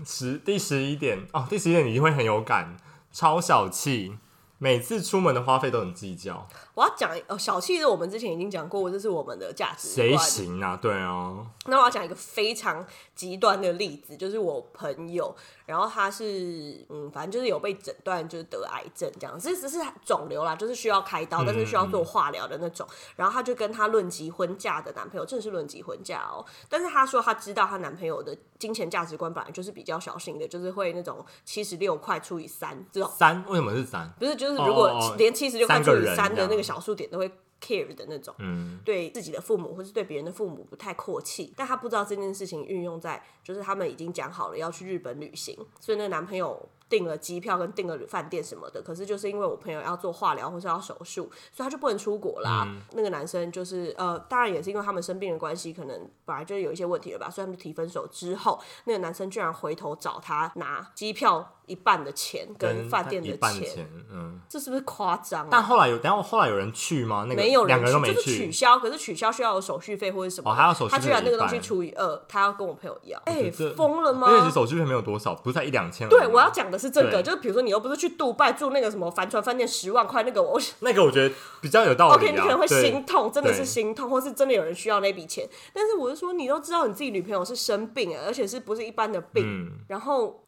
[SPEAKER 1] 十第十一点哦，第十一点你会很有感，超小气，每次出门的花费都很计较，
[SPEAKER 2] 我要讲哦，小气的我们之前已经讲过，这是我们的价值
[SPEAKER 1] 谁
[SPEAKER 2] 观。
[SPEAKER 1] 行啊？对啊，
[SPEAKER 2] 那我要讲一个非常极端的例子，就是我朋友，然后他是嗯，反正就是有被诊断就是得癌症这样，这只是肿瘤啦，就是需要开刀，但是
[SPEAKER 1] 嗯
[SPEAKER 2] 需要做化疗的那种。然后她就跟她论及婚嫁的男朋友，正是论及婚嫁哦。但是她说她知道她男朋友的金钱价值观本来就是比较小心的，就是会那种七十六块除以三这种，
[SPEAKER 1] 三为什么是三？
[SPEAKER 2] 不是就是
[SPEAKER 1] 哦
[SPEAKER 2] 如果
[SPEAKER 1] 哦
[SPEAKER 2] 连七十六块
[SPEAKER 1] 三个
[SPEAKER 2] 除以
[SPEAKER 1] 人
[SPEAKER 2] 三
[SPEAKER 1] 这
[SPEAKER 2] 的
[SPEAKER 1] 样
[SPEAKER 2] 那个小数点都会 care 的那种。
[SPEAKER 1] 嗯，
[SPEAKER 2] 对自己的父母或是对别人的父母不太阔气，但她不知道这件事情运用在就是他们已经讲好了要去日本旅行，所以那个男朋友订了机票跟订了饭店什么的，可是就是因为我朋友要做化疗或是要手术，所以他就不能出国啦。
[SPEAKER 1] 嗯
[SPEAKER 2] 那个男生就是呃，当然也是因为他们生病的关系，可能本来就有一些问题了吧，所以他们就提分手之后，那个男生居然回头找她拿机票一半的钱跟饭店
[SPEAKER 1] 一
[SPEAKER 2] 的
[SPEAKER 1] 半
[SPEAKER 2] 钱，
[SPEAKER 1] 钱，嗯。
[SPEAKER 2] 这是不是夸张、啊？
[SPEAKER 1] 但后来有，等一下后来有人去吗？那个
[SPEAKER 2] 没有人
[SPEAKER 1] 两个人都没
[SPEAKER 2] 就是取消，可是取消需要有手续费或者什么的，
[SPEAKER 1] 哦还要手续费
[SPEAKER 2] 他居然那个东
[SPEAKER 1] 一
[SPEAKER 2] 西
[SPEAKER 1] 半
[SPEAKER 2] 除以二，他要跟我朋友要，哎、
[SPEAKER 1] 觉得
[SPEAKER 2] 疯了吗
[SPEAKER 1] 因？为其实手续费没有多少，不是才一两千而已吗。啊
[SPEAKER 2] 对，我要讲的是这个，
[SPEAKER 1] 对
[SPEAKER 2] 就是比如说你又不是去杜拜住那个什么帆船饭店十万块那个，我
[SPEAKER 1] 那个我觉得比较有道
[SPEAKER 2] OK，
[SPEAKER 1] 理
[SPEAKER 2] 你
[SPEAKER 1] 啊。
[SPEAKER 2] 可能会
[SPEAKER 1] 对
[SPEAKER 2] 心痛，真的是
[SPEAKER 1] 对
[SPEAKER 2] 心痛，或是真的有人需要那笔钱。啊但是我是说，你都知道你自己女朋友是生病了，而且是不是一般的病，
[SPEAKER 1] 嗯
[SPEAKER 2] 然后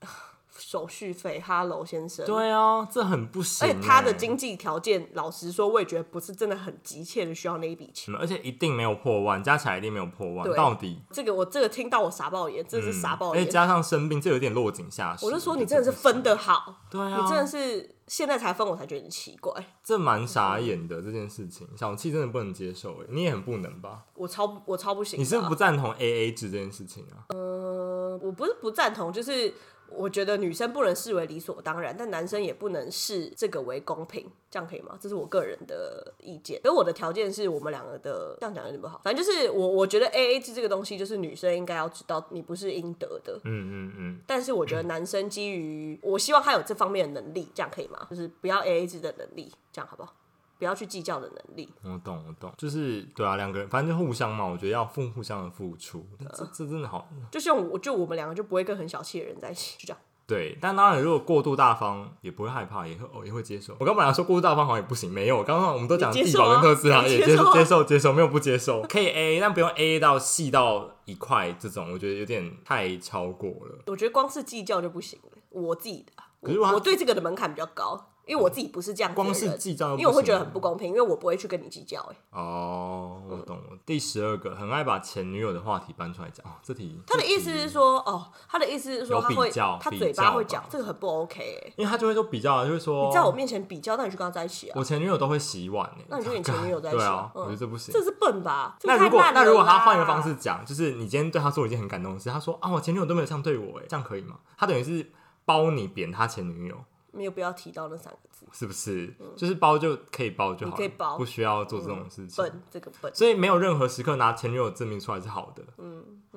[SPEAKER 2] 手续费。Hello 先生，
[SPEAKER 1] 对啊，这很不行、
[SPEAKER 2] 而
[SPEAKER 1] 欸。
[SPEAKER 2] 且他的经济条件，老实说，我也觉得不是真的很急切的需要那一笔钱。
[SPEAKER 1] 嗯，而且一定没有破万，加起来一定没有破万，
[SPEAKER 2] 对
[SPEAKER 1] 到底。
[SPEAKER 2] 这个我这个听到我傻爆眼，真的是傻爆
[SPEAKER 1] 而且
[SPEAKER 2] 眼。
[SPEAKER 1] 加上生病，这有点落井下石。
[SPEAKER 2] 我就说你真的是分的好，
[SPEAKER 1] 对啊，
[SPEAKER 2] 你真的是现在才分，我才觉得很奇怪。
[SPEAKER 1] 这蛮傻眼的这件事情，小气真的不能接受哎，你也很不能吧？
[SPEAKER 2] 我超我超不行的啊。
[SPEAKER 1] 你是不是不赞同 A A 制这件事情啊？
[SPEAKER 2] 嗯，我不是不赞同，就是我觉得女生不能视为理所当然，但男生也不能视这个为公平，这样可以吗？这是我个人的意见。而我的条件是我们两个的，这样讲有点不好。反正就是我，我觉得 A A 制这个东西，就是女生应该要知道，你不是应得的。
[SPEAKER 1] 嗯嗯嗯，
[SPEAKER 2] 但是我觉得男生基于，我希望他有这方面的能力，这样可以吗？就是不要 A A 制的能力，这样好不好？不要去计较的能力。
[SPEAKER 1] 嗯我懂我懂，就是对啊，两个人反正就互相嘛，我觉得要互互相的付出，这这真的好
[SPEAKER 2] 就像我，就我们两个就不会跟很小气的人在一起，就这样。
[SPEAKER 1] 对。但当然，如果过度大方也不会害怕，也会哦也会接受。我刚本来说过度大方好像也不行，没有，刚刚我们都讲
[SPEAKER 2] 你接
[SPEAKER 1] 地
[SPEAKER 2] 受啊
[SPEAKER 1] 保跟特斯拉
[SPEAKER 2] 你
[SPEAKER 1] 也
[SPEAKER 2] 接
[SPEAKER 1] 接
[SPEAKER 2] 受啊
[SPEAKER 1] 受接受接受，没有不接受，可以 A A，但不用 A A 到细到一块这种，我觉得有点太超过了。
[SPEAKER 2] 我觉得光是计较就不行了，我自己的啊，
[SPEAKER 1] 可是他
[SPEAKER 2] 我我对这个的门槛比较高，因为我自己不是这样子的
[SPEAKER 1] 光
[SPEAKER 2] 人
[SPEAKER 1] 是计较就不行了，
[SPEAKER 2] 因为我会觉得很不公平，因为我不会去跟你计较、欸。哎，
[SPEAKER 1] 哦，我懂了。第十二个，很爱把前女友的话题搬出来讲。哦，这题
[SPEAKER 2] 他的意思是，说，哦，他的意思是说
[SPEAKER 1] 有
[SPEAKER 2] 他
[SPEAKER 1] 比
[SPEAKER 2] 会，
[SPEAKER 1] 较
[SPEAKER 2] 他
[SPEAKER 1] 比
[SPEAKER 2] 嘴
[SPEAKER 1] 较
[SPEAKER 2] 巴
[SPEAKER 1] 吧
[SPEAKER 2] 会讲，这个很不 OK、欸。
[SPEAKER 1] 因为他就会说比较，就会说
[SPEAKER 2] 你在我面前比较，那你去跟他在一起啊？
[SPEAKER 1] 我前女友都会洗碗呢，
[SPEAKER 2] 那你就跟你前女友在一起
[SPEAKER 1] 对啊，
[SPEAKER 2] 嗯
[SPEAKER 1] 我觉得这不行
[SPEAKER 2] 这。是笨吧？这个
[SPEAKER 1] 那如果
[SPEAKER 2] 太烂了
[SPEAKER 1] 那如果他
[SPEAKER 2] 啦
[SPEAKER 1] 换一个方，式讲，就是你今天对他做一件很感动的事，他说啊，我前女友都没有这样对我，哎，这样可以吗？他等于是包你贬他前女友，
[SPEAKER 2] 没有必要提到那三个字，
[SPEAKER 1] 是不是？就是包就可以包就好了，
[SPEAKER 2] 嗯你可以包嗯
[SPEAKER 1] 不需要做这种事情。
[SPEAKER 2] 笨，这个笨。
[SPEAKER 1] 所以没有任何时刻拿前女友证明出来是好的。嗯嗯，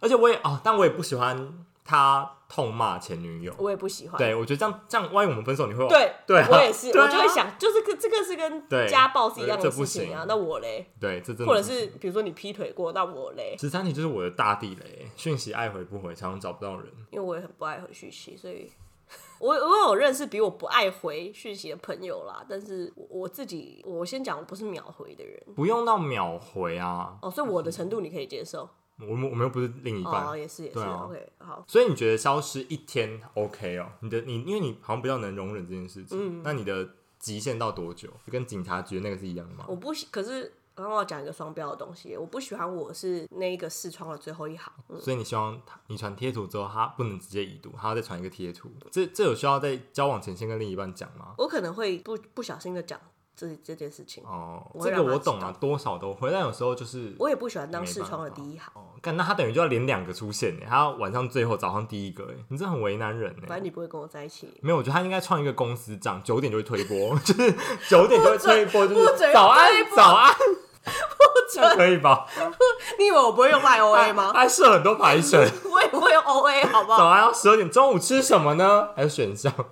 [SPEAKER 1] 而且我也哦，但我也不喜欢他痛骂前女友。
[SPEAKER 2] 我也不喜欢，
[SPEAKER 1] 对，我觉得这样这样，万一我们分手，你会
[SPEAKER 2] 对
[SPEAKER 1] 对啊
[SPEAKER 2] 我也是，
[SPEAKER 1] 对啊
[SPEAKER 2] 我就会想，就是这这个是跟
[SPEAKER 1] 对
[SPEAKER 2] 家暴是一样的
[SPEAKER 1] 这不
[SPEAKER 2] 事情啊
[SPEAKER 1] 行。
[SPEAKER 2] 那我嘞，
[SPEAKER 1] 对这真的
[SPEAKER 2] 或者是比如说你劈腿过，那我嘞，
[SPEAKER 1] 十三题就是我的大地雷，讯息爱回不回，常常找不到人。
[SPEAKER 2] 因为我也很不爱回讯息，所以我我有认识比我不爱回讯息的朋友啦，但是我我自己我先讲，我不是秒回的人
[SPEAKER 1] 不用到秒回啊，
[SPEAKER 2] 哦，所以我的程度你可以接受
[SPEAKER 1] 我们我们又不是另一半。
[SPEAKER 2] 哦，也是也是、
[SPEAKER 1] 对啊
[SPEAKER 2] o k 好，
[SPEAKER 1] 所以你觉得消失一天 OK 哦？你的你因为你好像比较能容忍这件事情，
[SPEAKER 2] 嗯
[SPEAKER 1] 那你的极限到多久？就跟警察局那个是一样的吗？
[SPEAKER 2] 我不喜，可是然后我要讲一个双标的东西，我不喜欢我是那一个视窗的最后一行，嗯，
[SPEAKER 1] 所以你希望他你传贴图之后，他不能直接已读，他要再传一个贴图。这这有需要在交往前先跟另一半讲吗？
[SPEAKER 2] 我可能会不不小心的讲这这件事情，
[SPEAKER 1] 哦，
[SPEAKER 2] 我会
[SPEAKER 1] 这
[SPEAKER 2] 让
[SPEAKER 1] 个
[SPEAKER 2] 他
[SPEAKER 1] 我
[SPEAKER 2] 知
[SPEAKER 1] 懂啊，多少都会，但有时候就是
[SPEAKER 2] 我也不喜欢当
[SPEAKER 1] 没
[SPEAKER 2] 视
[SPEAKER 1] 办
[SPEAKER 2] 窗的
[SPEAKER 1] 法
[SPEAKER 2] 第一行，
[SPEAKER 1] 哦，干那他等于就要连两个出现欸耶，他要晚上最后，早上第一个，哎，你这很为难人
[SPEAKER 2] 反
[SPEAKER 1] 哎。
[SPEAKER 2] 正你不会跟我在一 起，
[SPEAKER 1] 没有，我觉得他应该创一个公司账，九点就会推播， 就是九点就会推播，就
[SPEAKER 2] 不准
[SPEAKER 1] 是早安
[SPEAKER 2] 推播
[SPEAKER 1] 早安，这样可以吧？
[SPEAKER 2] 你以为我不会用 I O A
[SPEAKER 1] 他
[SPEAKER 2] 吗？
[SPEAKER 1] 他设很多排程，
[SPEAKER 2] 我也会用 O A 好不好？
[SPEAKER 1] 早安要十二点，中午吃什么呢？还有选项，烦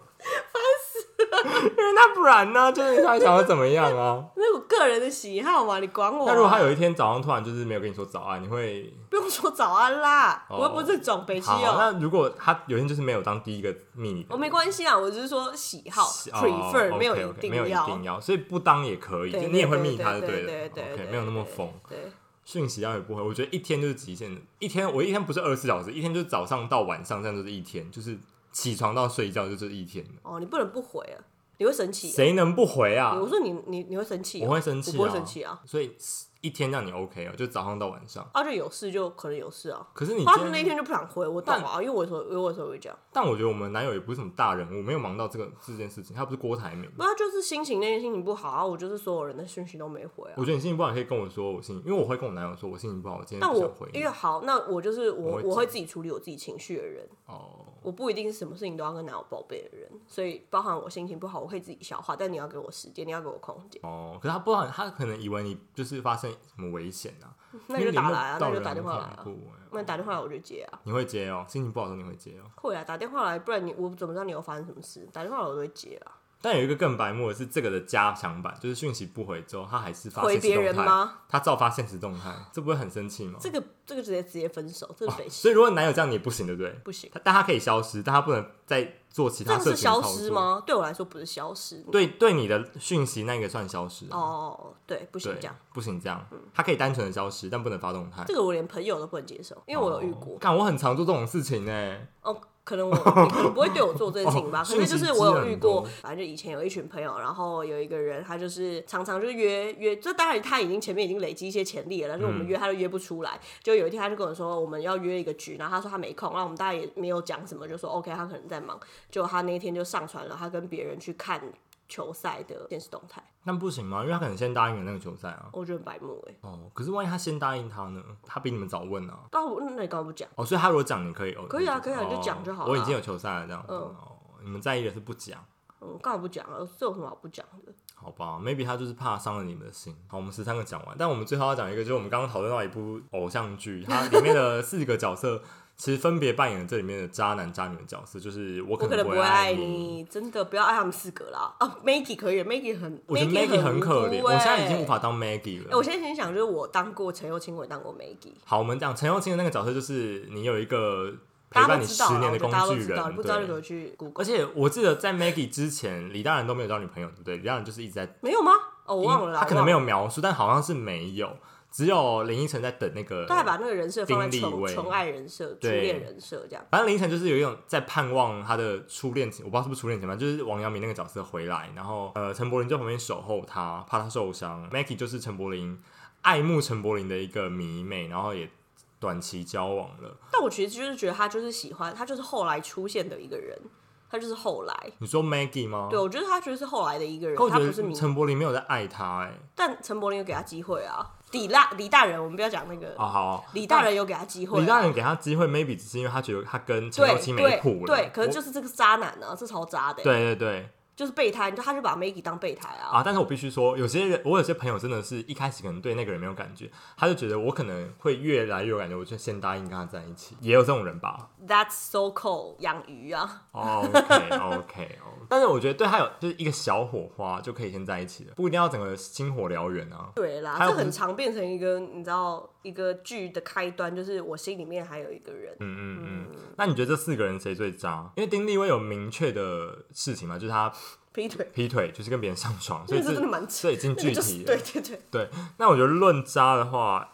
[SPEAKER 1] 死了。因为那不然呢？就是他想要怎么样啊？
[SPEAKER 2] 那我个人的喜好嘛，你管我啊、
[SPEAKER 1] 那如果他有一天早上突然就是没有跟你说早安，你会
[SPEAKER 2] 不用说早安啦，
[SPEAKER 1] 哦
[SPEAKER 2] 我又不是这种北西
[SPEAKER 1] 好？啊
[SPEAKER 2] 哦，
[SPEAKER 1] 那如果他有一天就是没有当第一个密你的
[SPEAKER 2] 我没关系啊，我只是说喜好
[SPEAKER 1] 哦
[SPEAKER 2] prefer
[SPEAKER 1] OK，
[SPEAKER 2] 没有
[SPEAKER 1] OK，没有
[SPEAKER 2] 定
[SPEAKER 1] 一
[SPEAKER 2] 要，
[SPEAKER 1] 定要，所以不当也可以，
[SPEAKER 2] 对
[SPEAKER 1] 就
[SPEAKER 2] 对
[SPEAKER 1] 你也会密他就
[SPEAKER 2] 对
[SPEAKER 1] 对
[SPEAKER 2] 对
[SPEAKER 1] 了。
[SPEAKER 2] 对
[SPEAKER 1] OK，
[SPEAKER 2] 对，
[SPEAKER 1] 没有那么疯。
[SPEAKER 2] 对，
[SPEAKER 1] 讯息要也不回，我觉得一天就是极限的。一天我一天不是二十四小时，一天就是早上到晚上，这样就是一天，就是起床到睡觉就是一天了。
[SPEAKER 2] 哦，你不能不回啊，你会生气啊。
[SPEAKER 1] 谁能不回啊？
[SPEAKER 2] 我说你你你会生气啊，
[SPEAKER 1] 我会生气啊
[SPEAKER 2] 我不会生气啊。
[SPEAKER 1] 所以一天让你 OK 哦，就早上到晚上。
[SPEAKER 2] 啊，就有事就可能有事啊。
[SPEAKER 1] 可是你
[SPEAKER 2] 他
[SPEAKER 1] 今
[SPEAKER 2] 就那
[SPEAKER 1] 天，
[SPEAKER 2] 天就不想回，我懂啊，因为我有时候，因为我有时候会这样。
[SPEAKER 1] 但我觉得我们男友也不是什么大人物，没有忙到这个这件事情。他不是郭台铭，
[SPEAKER 2] 不，他就是心情那天心情不好啊，我就是所有人的讯息都没回啊
[SPEAKER 1] 我。觉得你心情不好，你可以跟我说我心情，因为我会跟我男友说我心情不好，我今天
[SPEAKER 2] 但
[SPEAKER 1] 不想
[SPEAKER 2] 我
[SPEAKER 1] 回你
[SPEAKER 2] 因为。好，那我就是
[SPEAKER 1] 我
[SPEAKER 2] 我，
[SPEAKER 1] 会
[SPEAKER 2] 我会自己处理我自己情绪的人。
[SPEAKER 1] 哦，
[SPEAKER 2] 我不一定是什么事情都要跟男友报备的人，所以包含我心情不好，我可以自己消化，但你要给我时间，你要给我空间，
[SPEAKER 1] 哦，可是他不然他可能以为你就是发生什么危险啊，
[SPEAKER 2] 那你就打来啊，那
[SPEAKER 1] 因
[SPEAKER 2] 你
[SPEAKER 1] 为联络
[SPEAKER 2] 就打电话
[SPEAKER 1] 到
[SPEAKER 2] 来
[SPEAKER 1] 人
[SPEAKER 2] 啊
[SPEAKER 1] 很，恐怖欸
[SPEAKER 2] 那你打电话来我就接啊，
[SPEAKER 1] 你会接哦，心情不好的时候你会接哦。
[SPEAKER 2] 会啊，打电话来，不然你我怎么知道你有发生什么事？打电话来我都会接啊，
[SPEAKER 1] 但有一个更白目的是这个的加强版，就是讯息不回之后，他还是发
[SPEAKER 2] 回
[SPEAKER 1] 现实
[SPEAKER 2] 别
[SPEAKER 1] 动
[SPEAKER 2] 人
[SPEAKER 1] 态，哦
[SPEAKER 2] 吗？
[SPEAKER 1] 他照发现实动态，这不会很生气吗？
[SPEAKER 2] 这个这个直接直接分手，这个北西
[SPEAKER 1] 所以如果男友这样你也不行，对不对？
[SPEAKER 2] 不行，
[SPEAKER 1] 他但他可以消失，但他不能再做其
[SPEAKER 2] 这
[SPEAKER 1] 他
[SPEAKER 2] 样
[SPEAKER 1] 事情
[SPEAKER 2] 是消失？吗？对我来说不是消失，
[SPEAKER 1] 对，对，你的讯息那个算消失啊、
[SPEAKER 2] 哦，对，不行
[SPEAKER 1] 对
[SPEAKER 2] 这样，，
[SPEAKER 1] 不行这样，他可以单纯的消失，但不能发动态
[SPEAKER 2] 这。个我连朋友都不能接受，因为我有遇过
[SPEAKER 1] 哦，干、我很常做这种事情呢、
[SPEAKER 2] 哦，可能我你可能不会对我做这件事情吧，
[SPEAKER 1] 哦
[SPEAKER 2] 可是就
[SPEAKER 1] 讯息
[SPEAKER 2] 是我有
[SPEAKER 1] 资
[SPEAKER 2] 遇
[SPEAKER 1] 源多
[SPEAKER 2] 过，反正就以前有一群朋友，然后有一个人他就是常常就是约约，这当然他已经前面已经累积一些潜力了，但是我
[SPEAKER 1] 嗯
[SPEAKER 2] 们约他都约不出来。就有一天他就跟我说我们要约一个局，然后他说他没空，然后我们大家也没有讲什么，就说 OK 他可能在忙。就他那天就上传了他跟别人去看球赛的现实动态，
[SPEAKER 1] 那不行吗？因为他可能先答应了那个球赛啊。
[SPEAKER 2] 我觉得很白目哎、欸。
[SPEAKER 1] 哦，可是万一他先答应他呢？他比你们早问啊。
[SPEAKER 2] 但我那你干嘛不讲？
[SPEAKER 1] 哦，所以他如果讲你可以哦，
[SPEAKER 2] 可以啊
[SPEAKER 1] 那
[SPEAKER 2] 可以啊你就讲就好了
[SPEAKER 1] 我已经有球赛了，这样。
[SPEAKER 2] 嗯
[SPEAKER 1] 哦，你们在意的是不讲，
[SPEAKER 2] 嗯，干嘛不讲啊？这有什么好不讲的？
[SPEAKER 1] 好吧？Maybe 他就是怕伤了你们的心。好，我们十三个讲完，但我们最后要讲一个，就是我们刚刚讨论到一部偶像剧，它里面 的四个角色其实分别扮演了这里面的渣男渣女的角色，就是我
[SPEAKER 2] 我
[SPEAKER 1] 可
[SPEAKER 2] 可
[SPEAKER 1] 能
[SPEAKER 2] 能
[SPEAKER 1] 不
[SPEAKER 2] 不
[SPEAKER 1] 会
[SPEAKER 2] 会爱
[SPEAKER 1] 你。
[SPEAKER 2] 你，真的不要爱他们四个啦。哦，Maggie 可以，Maggie 很，
[SPEAKER 1] 我觉得 Maggie 很可怜，
[SPEAKER 2] 无辜
[SPEAKER 1] 我
[SPEAKER 2] 欸
[SPEAKER 1] 现在已经无。法当 Maggie
[SPEAKER 2] 哎，我
[SPEAKER 1] 了。
[SPEAKER 2] 现在先想，就是我当过陈又青，我也当过 Maggie。
[SPEAKER 1] 好，我们讲陈又青的那个角色，就是你有一个陪
[SPEAKER 2] 大家
[SPEAKER 1] 伴
[SPEAKER 2] 都
[SPEAKER 1] 你
[SPEAKER 2] 知
[SPEAKER 1] 十
[SPEAKER 2] 道啦啊
[SPEAKER 1] 年的
[SPEAKER 2] 我觉
[SPEAKER 1] 工
[SPEAKER 2] 得大家都
[SPEAKER 1] 具
[SPEAKER 2] 知道，你
[SPEAKER 1] 人，
[SPEAKER 2] 不知道
[SPEAKER 1] 对
[SPEAKER 2] 就给。我去 Google。
[SPEAKER 1] 而且我记得在 Maggie 之前，李大人都没有交女朋友，对不对？李大人就是一直在，
[SPEAKER 2] 没有吗？哦，我忘了
[SPEAKER 1] 嗯
[SPEAKER 2] 啦，
[SPEAKER 1] 他可能没
[SPEAKER 2] 有。
[SPEAKER 1] 有描述，但好像是没有，只有林依晨在等那个。
[SPEAKER 2] 都还把那个人设放在
[SPEAKER 1] 丁立
[SPEAKER 2] 宠
[SPEAKER 1] 伟
[SPEAKER 2] 宠爱人设、初
[SPEAKER 1] 对
[SPEAKER 2] 恋人设这样。
[SPEAKER 1] 反正林依晨就是有一种在盼望他的初恋情，我不知道是不是初恋情吧，就是王阳明那个角色回来，然后呃，陈柏霖就在旁边守候他，怕他受伤。Maggie 就是陈柏霖爱慕陈柏霖的一个迷妹，然后也短期交往了。
[SPEAKER 2] 但我其实就是觉得他就是喜欢，他就是后来出现的一个人，他就是后来。
[SPEAKER 1] 你说 Maggie 吗？
[SPEAKER 2] 对，我觉得他就是后来的一个人
[SPEAKER 1] 可，我
[SPEAKER 2] 他
[SPEAKER 1] 觉
[SPEAKER 2] 不是
[SPEAKER 1] 得
[SPEAKER 2] 明
[SPEAKER 1] 陈柏霖没有在爱他、哎，
[SPEAKER 2] 但陈柏霖有给他机会啊，李大李大人，我们不要讲那个，
[SPEAKER 1] 哦好，
[SPEAKER 2] 李大人有给他机会啊、
[SPEAKER 1] 李大人给他机会，maybe 只是因为他觉得他跟陈
[SPEAKER 2] 对
[SPEAKER 1] 若曦没谱了。
[SPEAKER 2] 对对，可是就
[SPEAKER 1] 我
[SPEAKER 2] 是这个渣男呢、啊，这超渣的欸、
[SPEAKER 1] 对对对
[SPEAKER 2] 就是备胎，你知道他就把 Maggie 当备胎啊，
[SPEAKER 1] 啊！但是我必须说，有些人我有些朋友真的是一开始可能对那个人没有感觉，他就觉得我可能会越来越有感觉，我就先答应跟他在一起，也有这种人吧。
[SPEAKER 2] That's so cold，养鱼啊，
[SPEAKER 1] 哦 OK OK 哦，但是我觉得对他有就是一个小火花就可以先在一起了，不一定要整个星火燎原啊。
[SPEAKER 2] 对啦，
[SPEAKER 1] 还有
[SPEAKER 2] 这
[SPEAKER 1] 不是
[SPEAKER 2] 很常变成一个你知道一个剧的开端，就是我心里面还有一个人，
[SPEAKER 1] 嗯嗯嗯，那你觉得这四个人谁最渣？因为丁立威有明确的事情嘛，就是他
[SPEAKER 2] 劈腿，
[SPEAKER 1] 劈腿，就是跟别人上床，所
[SPEAKER 2] 那
[SPEAKER 1] 以
[SPEAKER 2] 个
[SPEAKER 1] 这
[SPEAKER 2] 真的蛮扯
[SPEAKER 1] 这已经
[SPEAKER 2] 那个
[SPEAKER 1] 具
[SPEAKER 2] 就是
[SPEAKER 1] 体
[SPEAKER 2] 对
[SPEAKER 1] 了。
[SPEAKER 2] 对对
[SPEAKER 1] 对，那我觉得论渣的话，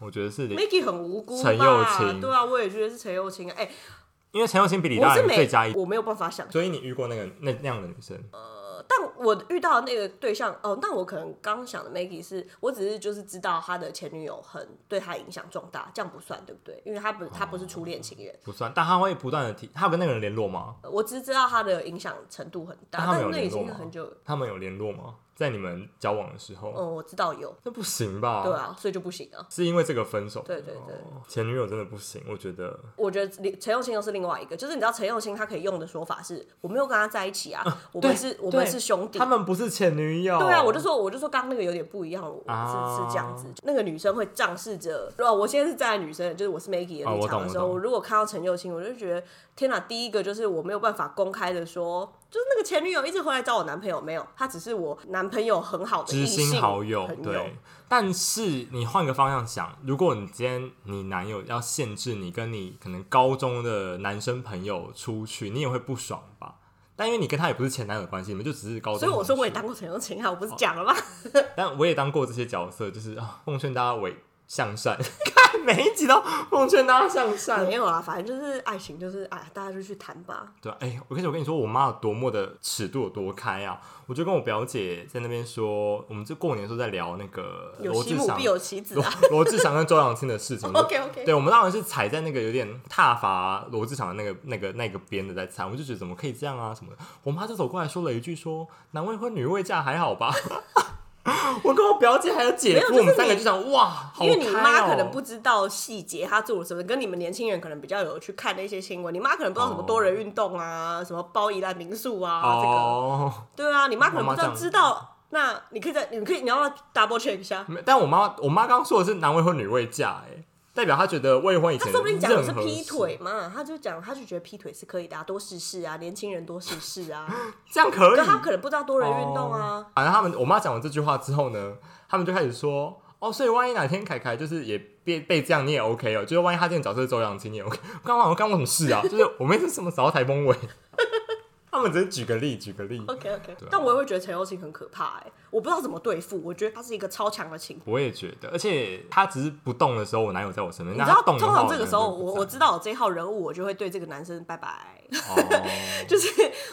[SPEAKER 1] 我觉得是李，
[SPEAKER 2] ，Maggie 很无辜吧，
[SPEAKER 1] 陈又青
[SPEAKER 2] 对啊，我也觉得是陈又青啊，哎、
[SPEAKER 1] 因为陈又青比李
[SPEAKER 2] 我
[SPEAKER 1] 大
[SPEAKER 2] 是
[SPEAKER 1] 人
[SPEAKER 2] 没
[SPEAKER 1] 最渣一，
[SPEAKER 2] 我没有办法想
[SPEAKER 1] 所以你遇过那个那那样的女生，
[SPEAKER 2] 但我遇到的那个对象，哦，那我可能刚想的 Maggie 是我只是就是知道他的前女友很对他影响重大，这样不算对不对？因为他不他不是初恋情人，
[SPEAKER 1] 不算，但他会不断的提，他有跟那个人联络吗？
[SPEAKER 2] 呃我只是知道他的影响程度很大，
[SPEAKER 1] 但他
[SPEAKER 2] 但
[SPEAKER 1] 们有
[SPEAKER 2] 那已
[SPEAKER 1] 联络
[SPEAKER 2] 经
[SPEAKER 1] 吗
[SPEAKER 2] 很久，
[SPEAKER 1] 他们有联络吗？在你们交往的时候，
[SPEAKER 2] 嗯，我知道有，
[SPEAKER 1] 那不行吧？
[SPEAKER 2] 对啊，所以就不行啊。
[SPEAKER 1] 是因为这个分手？
[SPEAKER 2] 对对对
[SPEAKER 1] 哦前女友真的不行，我觉得
[SPEAKER 2] 我觉得李陈又青又是另外一个，就是你知道陈又青他可以用的说法是，我没有跟他在一起啊，我们
[SPEAKER 1] 对
[SPEAKER 2] 是我们
[SPEAKER 1] 对
[SPEAKER 2] 是兄弟
[SPEAKER 1] 他。们不是前女友。
[SPEAKER 2] 对啊，我就说，我就说，刚刚那个有点不一样，我
[SPEAKER 1] 哦啊
[SPEAKER 2] 是是这样子。那个女生会仗势着，哦，我现在是站在女生，就是我是 Maggie 的
[SPEAKER 1] 哦
[SPEAKER 2] 立
[SPEAKER 1] 我
[SPEAKER 2] 场
[SPEAKER 1] 懂
[SPEAKER 2] 的
[SPEAKER 1] 我
[SPEAKER 2] 时候，
[SPEAKER 1] 懂
[SPEAKER 2] 我如果看到陈又青，我就觉得天哪！第一个就是我没有办法公开的说，就是那个前女友一直回来找我男朋友，没有，他只是我男朋友很好的异
[SPEAKER 1] 知
[SPEAKER 2] 性
[SPEAKER 1] 心好友，
[SPEAKER 2] 朋友
[SPEAKER 1] 对。但是你换个方向想，如果你今天你男友要限制你跟你可能高中的男生朋友出去，你也会不爽吧？但因为你跟他也不是前男友的关系，你们就只是高中。
[SPEAKER 2] 所以我说我也，当过陈又青啊，
[SPEAKER 1] 哦
[SPEAKER 2] 我不是讲了 吗？
[SPEAKER 1] 但我也当过这些角色，就是啊，奉劝大家为向善， 看每一集都奉劝大家向善
[SPEAKER 2] 没。有啦，反正就是爱情，就是哎，大家就去谈吧。
[SPEAKER 1] 对啊，哎、我跟你我跟你说，我妈有多么的尺度有多开啊！我就跟我表姐在那边说，我们就过年的时候在聊那个
[SPEAKER 2] 有
[SPEAKER 1] 罗
[SPEAKER 2] 其
[SPEAKER 1] 志
[SPEAKER 2] 母
[SPEAKER 1] 祥
[SPEAKER 2] 必有其子
[SPEAKER 1] 罗
[SPEAKER 2] 啊。
[SPEAKER 1] 罗志祥跟周扬青的事情。
[SPEAKER 2] OK，OK
[SPEAKER 1] 对我们当然是踩在那个有点踏伐罗志祥的那个那个那个边的在踩，我就觉得怎么可以这样啊什么的。我妈就走过来说了一句说：“男未婚女未嫁，还好吧？” 我跟我表姐还有姐
[SPEAKER 2] 没有
[SPEAKER 1] 夫，
[SPEAKER 2] 就是
[SPEAKER 1] 我们三个
[SPEAKER 2] 你
[SPEAKER 1] 就想哇，好
[SPEAKER 2] 因为你
[SPEAKER 1] 开
[SPEAKER 2] 妈
[SPEAKER 1] 哦
[SPEAKER 2] 可能不知道细节，她做了什么，跟你们年轻人可能比较有去看的一些新闻。你妈可能不知道什么
[SPEAKER 1] 哦
[SPEAKER 2] 多人运动啊，什么包宜兰民宿啊，
[SPEAKER 1] 哦。
[SPEAKER 2] 这个对啊，你妈可能不知
[SPEAKER 1] 妈妈
[SPEAKER 2] 道
[SPEAKER 1] 这样
[SPEAKER 2] 知道。那你可以在，你可以，你要不要 double check 一下？
[SPEAKER 1] 没但我妈我妈刚刚说的是男未婚女未嫁、哎，代表她觉得未婚以
[SPEAKER 2] 她
[SPEAKER 1] 前
[SPEAKER 2] 说不定讲的是
[SPEAKER 1] 任何
[SPEAKER 2] 劈
[SPEAKER 1] 事
[SPEAKER 2] 腿嘛，她就讲，她就觉得劈腿是可以的、啊，多试试啊，年轻人多试试啊。
[SPEAKER 1] 这样 可以
[SPEAKER 2] 可。她可能不知道多人运动
[SPEAKER 1] 哦
[SPEAKER 2] 啊，。
[SPEAKER 1] 反正他们，我妈讲完这句话之后呢，他们就开始说，哦，所以万一哪天凯凯就是也被被这样，你也 OK 哦，就是万一 他今天角色是周扬青，你也 OK。刚刚我干过什么事啊？就是我们是什么找到台风尾。他们只是举个例，举个例。
[SPEAKER 2] OK OK，、但我也会觉得陈又青很可怕哎、我不知道怎么对付，我觉得他是一个超强的情
[SPEAKER 1] 我也觉得，而且他只是不动的时候，我男友在我身边。
[SPEAKER 2] 你
[SPEAKER 1] 那
[SPEAKER 2] 知
[SPEAKER 1] 他
[SPEAKER 2] 道，
[SPEAKER 1] 动
[SPEAKER 2] 通
[SPEAKER 1] 的话，
[SPEAKER 2] 常这个时候，我我
[SPEAKER 1] 知
[SPEAKER 2] 知道我这一号人物，我就会对这个男生拜拜，
[SPEAKER 1] 哦，
[SPEAKER 2] 就是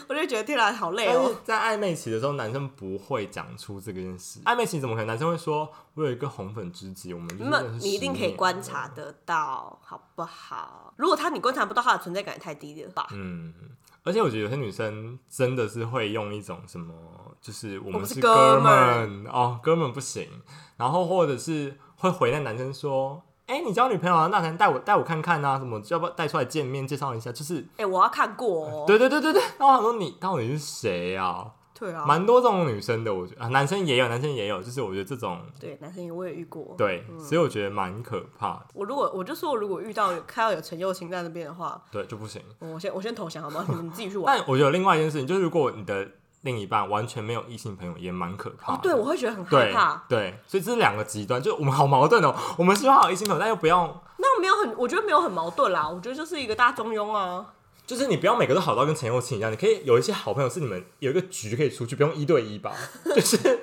[SPEAKER 2] 我就觉得天啊，好累
[SPEAKER 1] 但
[SPEAKER 2] 哦
[SPEAKER 1] 是。在暧昧期的时候，男生不会讲出这个件事。暧昧期怎么可能？男生会说：“我有一个红粉知己，我们就是
[SPEAKER 2] 那
[SPEAKER 1] 认识
[SPEAKER 2] 你一定可以
[SPEAKER 1] 10年
[SPEAKER 2] 观察得到，好不好？如果他你观察不到，他的存在感也太低了吧？
[SPEAKER 1] 嗯，而且我觉得有些女生真的是会用一种什么，就是我
[SPEAKER 2] 我
[SPEAKER 1] 们
[SPEAKER 2] 们是
[SPEAKER 1] 是
[SPEAKER 2] 哥
[SPEAKER 1] 哥
[SPEAKER 2] 们
[SPEAKER 1] 们哦，哥们不行，然后或者是会回那男生说。哎、你交女朋友啊？那可能带我带我看看啊，什么要不要带出来见面介绍一下？就是，
[SPEAKER 2] 哎、我要看过哦。
[SPEAKER 1] 对对对对对。然后我想说你到底是谁啊？
[SPEAKER 2] 对啊，
[SPEAKER 1] 蛮多这种女生的，我觉得啊，男生也有，男生也有，就是我觉得这种
[SPEAKER 2] 对，男生也我也遇过。
[SPEAKER 1] 对，所以我觉得蛮可怕的，
[SPEAKER 2] 我如果我就说，如果遇到有看到有陈幼卿在那边的话，
[SPEAKER 1] 对就不行。
[SPEAKER 2] 我先我先投降好吗？你们自己 去玩。
[SPEAKER 1] 但我觉得另外一件事情就是，如果你的另一半完全没有异性朋友，也蛮可怕
[SPEAKER 2] 哦
[SPEAKER 1] 的。，
[SPEAKER 2] 对，我会觉得很害
[SPEAKER 1] 对
[SPEAKER 2] 怕。
[SPEAKER 1] 对，所以这是两个极端，就我们好矛盾哦。我们希望有异性朋友，但又不要，
[SPEAKER 2] 那没有很，我觉得没有很矛盾啦，我觉得就是一个大中庸啊。
[SPEAKER 1] 就是你不要每个都好到跟陈又青一样，你可以有一些好朋友是你们有一个局可以出去，不用一对一吧， 就是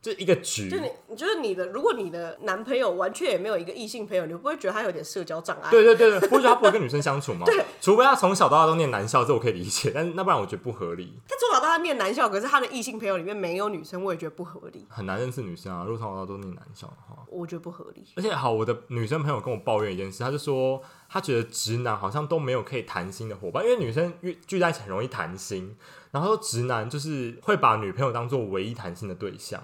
[SPEAKER 1] 就一个局
[SPEAKER 2] 就。你，你就是你的，如果你的男朋友完全也没有一个异性朋友，你不会觉得他有点社交障碍？
[SPEAKER 1] 对对对对，不是他不会跟女生相 处吗？对，除非他从小到大都念男校，这我可以理解，但是那不然我觉得不合理，
[SPEAKER 2] 他从小到大念男校，可是他的异性朋友里面没有女生，我也觉得不合理，
[SPEAKER 1] 很难认识女生啊。如果从小到大都念男校的话，
[SPEAKER 2] 我觉得不合理。
[SPEAKER 1] 而且好，我的女生朋友跟我抱怨一件事，她就说她觉得直男好像都没有可以谈心的伙伴，因为女生约聚在一起很容易谈心，然后直男就是会把女朋友当做唯一谈心的对象，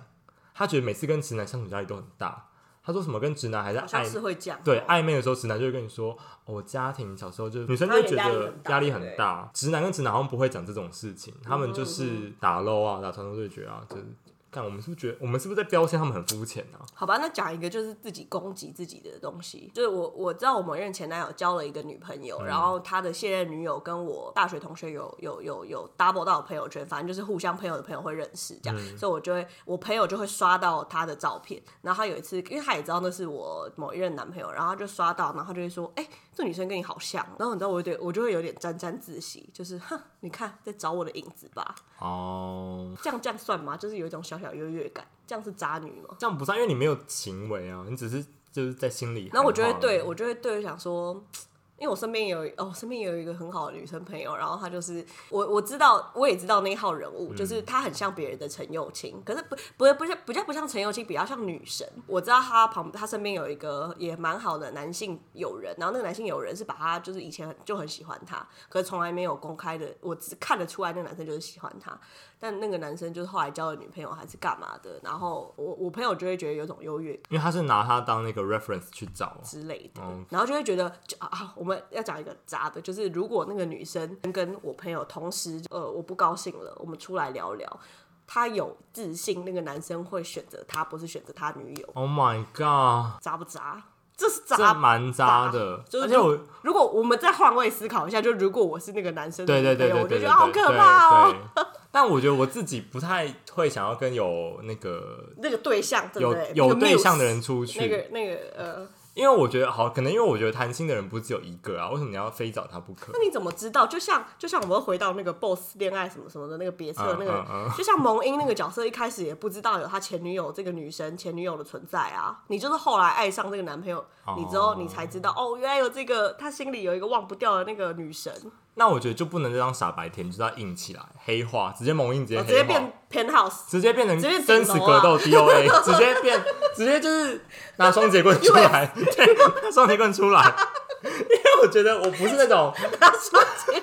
[SPEAKER 1] 她觉得每次跟直男相处压力都很大。她说什么跟直男还在
[SPEAKER 2] 好像
[SPEAKER 1] 暧
[SPEAKER 2] 是会这样，
[SPEAKER 1] 对，暧昧的时候，直男就会跟你说，哦我、家庭小时候就是女生就会觉得压力很大，直男跟直男好像不会讲这种事情，他们就是打漏啊，打传统对决啊，就是看我们是不是觉得我们是不是在标签他们很肤浅啊？
[SPEAKER 2] 好吧，那讲一个就是自己攻击自己的东西，就是我我知道我某任前男友交了一个女朋友，然后他的现任女友跟我大学同学有有有有 double 到我朋友圈，反正就是互相朋友的朋友会认识这样，所以我就会我朋友就会刷到他的照片，然后他有一次，因为他也知道那是我某一任男朋友，然后他就刷到，然后他就会说，哎、这女生跟你好像哦，然后你知道我有点我就会有点沾沾自喜，就是哼，你看在找我的影子吧，
[SPEAKER 1] 哦、
[SPEAKER 2] 这样这样算吗？就是有一种小小优越感，这样是渣女吗？
[SPEAKER 1] 这样不算，因为你没有行为啊，你只是就是在心里喊话而已。
[SPEAKER 2] 然后我就会对我就会对想说，因为我身边有哦，我身边有一个很好的女生朋友，然后她就是我我知道我也知道那一号人物，就是她很像别人的陈幼卿，可是不不不像比较不像陈幼卿，比较像女神。我知道她旁她身边有一个也蛮好的男性友人，然后那个男性友人是把她就是以前就很喜欢她，可是从来没有公开的，我只看得出来那个男生就是喜欢她，但那个男生就是后来交了女朋友还是干嘛的，然后我我朋友就会觉得有种优越感。
[SPEAKER 1] 因为他是拿他当那个 reference 去找，
[SPEAKER 2] 之类的，
[SPEAKER 1] 哦
[SPEAKER 2] 然后就会觉得就啊啊，我们要讲一个渣的，就是如果那个女生跟我朋友同时，呃，我不高兴了，我们出来聊聊，她有自信，那个男生会选择她，不是选择他女友，
[SPEAKER 1] Oh my god，
[SPEAKER 2] 渣不渣？这是
[SPEAKER 1] 这
[SPEAKER 2] 渣。
[SPEAKER 1] 蛮渣的，
[SPEAKER 2] 就是
[SPEAKER 1] 而且我
[SPEAKER 2] 如果我们再换位思考一下，就如果我是那个男生的
[SPEAKER 1] 对对
[SPEAKER 2] 女朋
[SPEAKER 1] 对
[SPEAKER 2] 友，
[SPEAKER 1] 对
[SPEAKER 2] 我就
[SPEAKER 1] 对对，
[SPEAKER 2] 觉得好
[SPEAKER 1] 对
[SPEAKER 2] 可怕。哦
[SPEAKER 1] 对。对但我觉得我自己不太会想要跟有那个
[SPEAKER 2] 那个对象，对不
[SPEAKER 1] 有
[SPEAKER 2] 对？
[SPEAKER 1] 有
[SPEAKER 2] 那个
[SPEAKER 1] 对象的
[SPEAKER 2] muse，
[SPEAKER 1] 人出去，
[SPEAKER 2] 那个那个呃，
[SPEAKER 1] 因为我觉得好，可能因为我觉得谈心的人不只有一个啊，为什么你要非找他不可
[SPEAKER 2] 那？你怎么知道？就像就像我们回到那个 boss 恋爱什么什么的那个别册
[SPEAKER 1] 嗯
[SPEAKER 2] 那个，
[SPEAKER 1] 嗯
[SPEAKER 2] 就像蒙英那个角色一开始也不知道有他前女友这个女生前女友的存在啊，你就是后来爱上这个男朋友，
[SPEAKER 1] 哦
[SPEAKER 2] 你之后你才知道哦，原来有这个他心里有一个忘不掉的那个女神，
[SPEAKER 1] 那我觉得就不能再当傻白甜，就是要硬起来，黑化，直接蒙印，直接
[SPEAKER 2] 然后
[SPEAKER 1] 黑
[SPEAKER 2] 直接
[SPEAKER 1] 化
[SPEAKER 2] 变 penthouse，
[SPEAKER 1] 直接变成
[SPEAKER 2] 直接啊
[SPEAKER 1] 生死格斗 DOA，直接变， 直接就是拿双节棍出 来，对，拿双节棍出来。因为我觉得我不是那种
[SPEAKER 2] 他说 这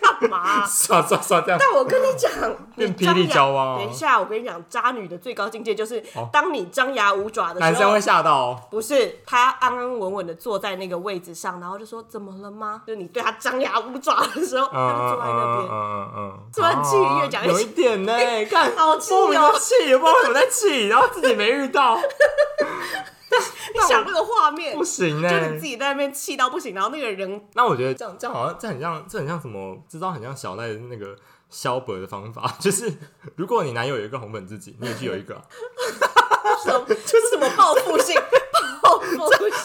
[SPEAKER 2] 干嘛啊、
[SPEAKER 1] 刷刷刷这样，
[SPEAKER 2] 但我跟你讲，
[SPEAKER 1] 变
[SPEAKER 2] 你张
[SPEAKER 1] 霹雳
[SPEAKER 2] 牙
[SPEAKER 1] 娇啊
[SPEAKER 2] 等一下，我跟你讲，渣女的最高境界就是
[SPEAKER 1] 哦，
[SPEAKER 2] 当你张牙舞爪的时候，
[SPEAKER 1] 男生会吓到哦。
[SPEAKER 2] 不是，他安安稳稳的坐在那个位置上，然后就说怎么了吗？就你对他张牙舞爪的时候，
[SPEAKER 1] 嗯
[SPEAKER 2] 他就坐在那
[SPEAKER 1] 嗯
[SPEAKER 2] 边。
[SPEAKER 1] 嗯嗯，
[SPEAKER 2] 是不是很气
[SPEAKER 1] 哦
[SPEAKER 2] 越讲越
[SPEAKER 1] 有
[SPEAKER 2] 气
[SPEAKER 1] 一点 呢，看
[SPEAKER 2] 好气哦
[SPEAKER 1] 莫名的气，也不知道为什么在气，然后自己没遇到，
[SPEAKER 2] 你想那个画面
[SPEAKER 1] 不，行呢。
[SPEAKER 2] 就你自己在那边气到不行，然后那个人
[SPEAKER 1] 那我觉得这样这样好像这很像这很像什么？这招很像小赖的那个消博的方法， 就是如果你男 友有一个红粉知己，你也去有一个啊，
[SPEAKER 2] 什么就是什么报复性报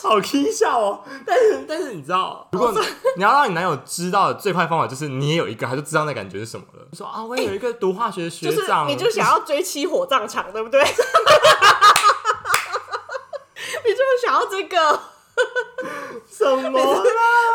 [SPEAKER 1] 好 k 笑哦。但是但是你知道，如果你要让你男友知道的最快方法就是你也有一个，他就知道那感觉是什么了。说啊，我也有一个读化学学
[SPEAKER 2] 哎就是
[SPEAKER 1] 长，
[SPEAKER 2] 你就想要追妻火葬场，对不 对？你就是想要这个
[SPEAKER 1] 啊什么啦？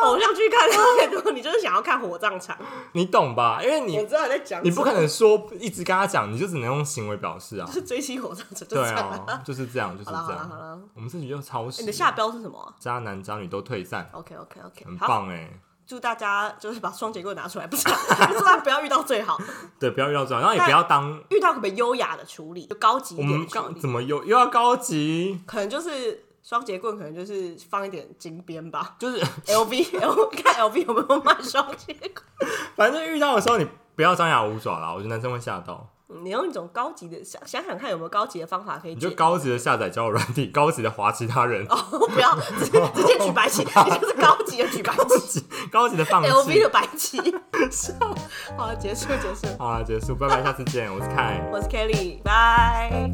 [SPEAKER 2] 偶像剧看太多，你就是想要看火葬场。
[SPEAKER 1] 你懂吧？因为
[SPEAKER 2] 我
[SPEAKER 1] 你
[SPEAKER 2] 知道你在讲什么，
[SPEAKER 1] 你不可能说一直跟他讲，你就只能用行为表示啊
[SPEAKER 2] 就。是追妻火葬场，就
[SPEAKER 1] 对
[SPEAKER 2] 是这样啊。
[SPEAKER 1] 啊，就是这样，就是
[SPEAKER 2] 好
[SPEAKER 1] 这
[SPEAKER 2] 了好了好
[SPEAKER 1] 样。
[SPEAKER 2] 了，
[SPEAKER 1] 我们这局就超时了，
[SPEAKER 2] 欸你的下标是什么啊
[SPEAKER 1] 渣男渣女都退散，
[SPEAKER 2] ？OK OK OK，
[SPEAKER 1] 很
[SPEAKER 2] 好，
[SPEAKER 1] 棒哎。
[SPEAKER 2] 祝大家就是把双节棍拿出来，不是啊， 祝大家不要遇到最好，
[SPEAKER 1] 对，不要遇到这样，然后也
[SPEAKER 2] 但
[SPEAKER 1] 不要当
[SPEAKER 2] 遇到可不可以优雅的处理，就高级
[SPEAKER 1] 我
[SPEAKER 2] 一点
[SPEAKER 1] 们
[SPEAKER 2] 的处
[SPEAKER 1] 刚
[SPEAKER 2] 理
[SPEAKER 1] 怎，么又又要高级，
[SPEAKER 2] 可能就是双节棍，可能就是放一点金 边吧。
[SPEAKER 1] 就是
[SPEAKER 2] LV L 看 LV 有没有卖双节棍。
[SPEAKER 1] 反正遇到的时候你不要张牙舞爪啦，我觉得男生会吓到。
[SPEAKER 2] 你用一种高级的想想想看有没有高级的方法可以
[SPEAKER 1] 你
[SPEAKER 2] 解
[SPEAKER 1] 就
[SPEAKER 2] 决？
[SPEAKER 1] 高级的下载交友软体，高级的划其他人，
[SPEAKER 2] 哦不要直 接直接举白旗，你就是高级的举白
[SPEAKER 1] 高
[SPEAKER 2] 旗
[SPEAKER 1] 级 高级的放弃
[SPEAKER 2] ，LV 的。白 旗。 好了，结束结束，
[SPEAKER 1] 好啦，结束，拜拜，下次见，我是凯。
[SPEAKER 2] 我是 Kelly，拜。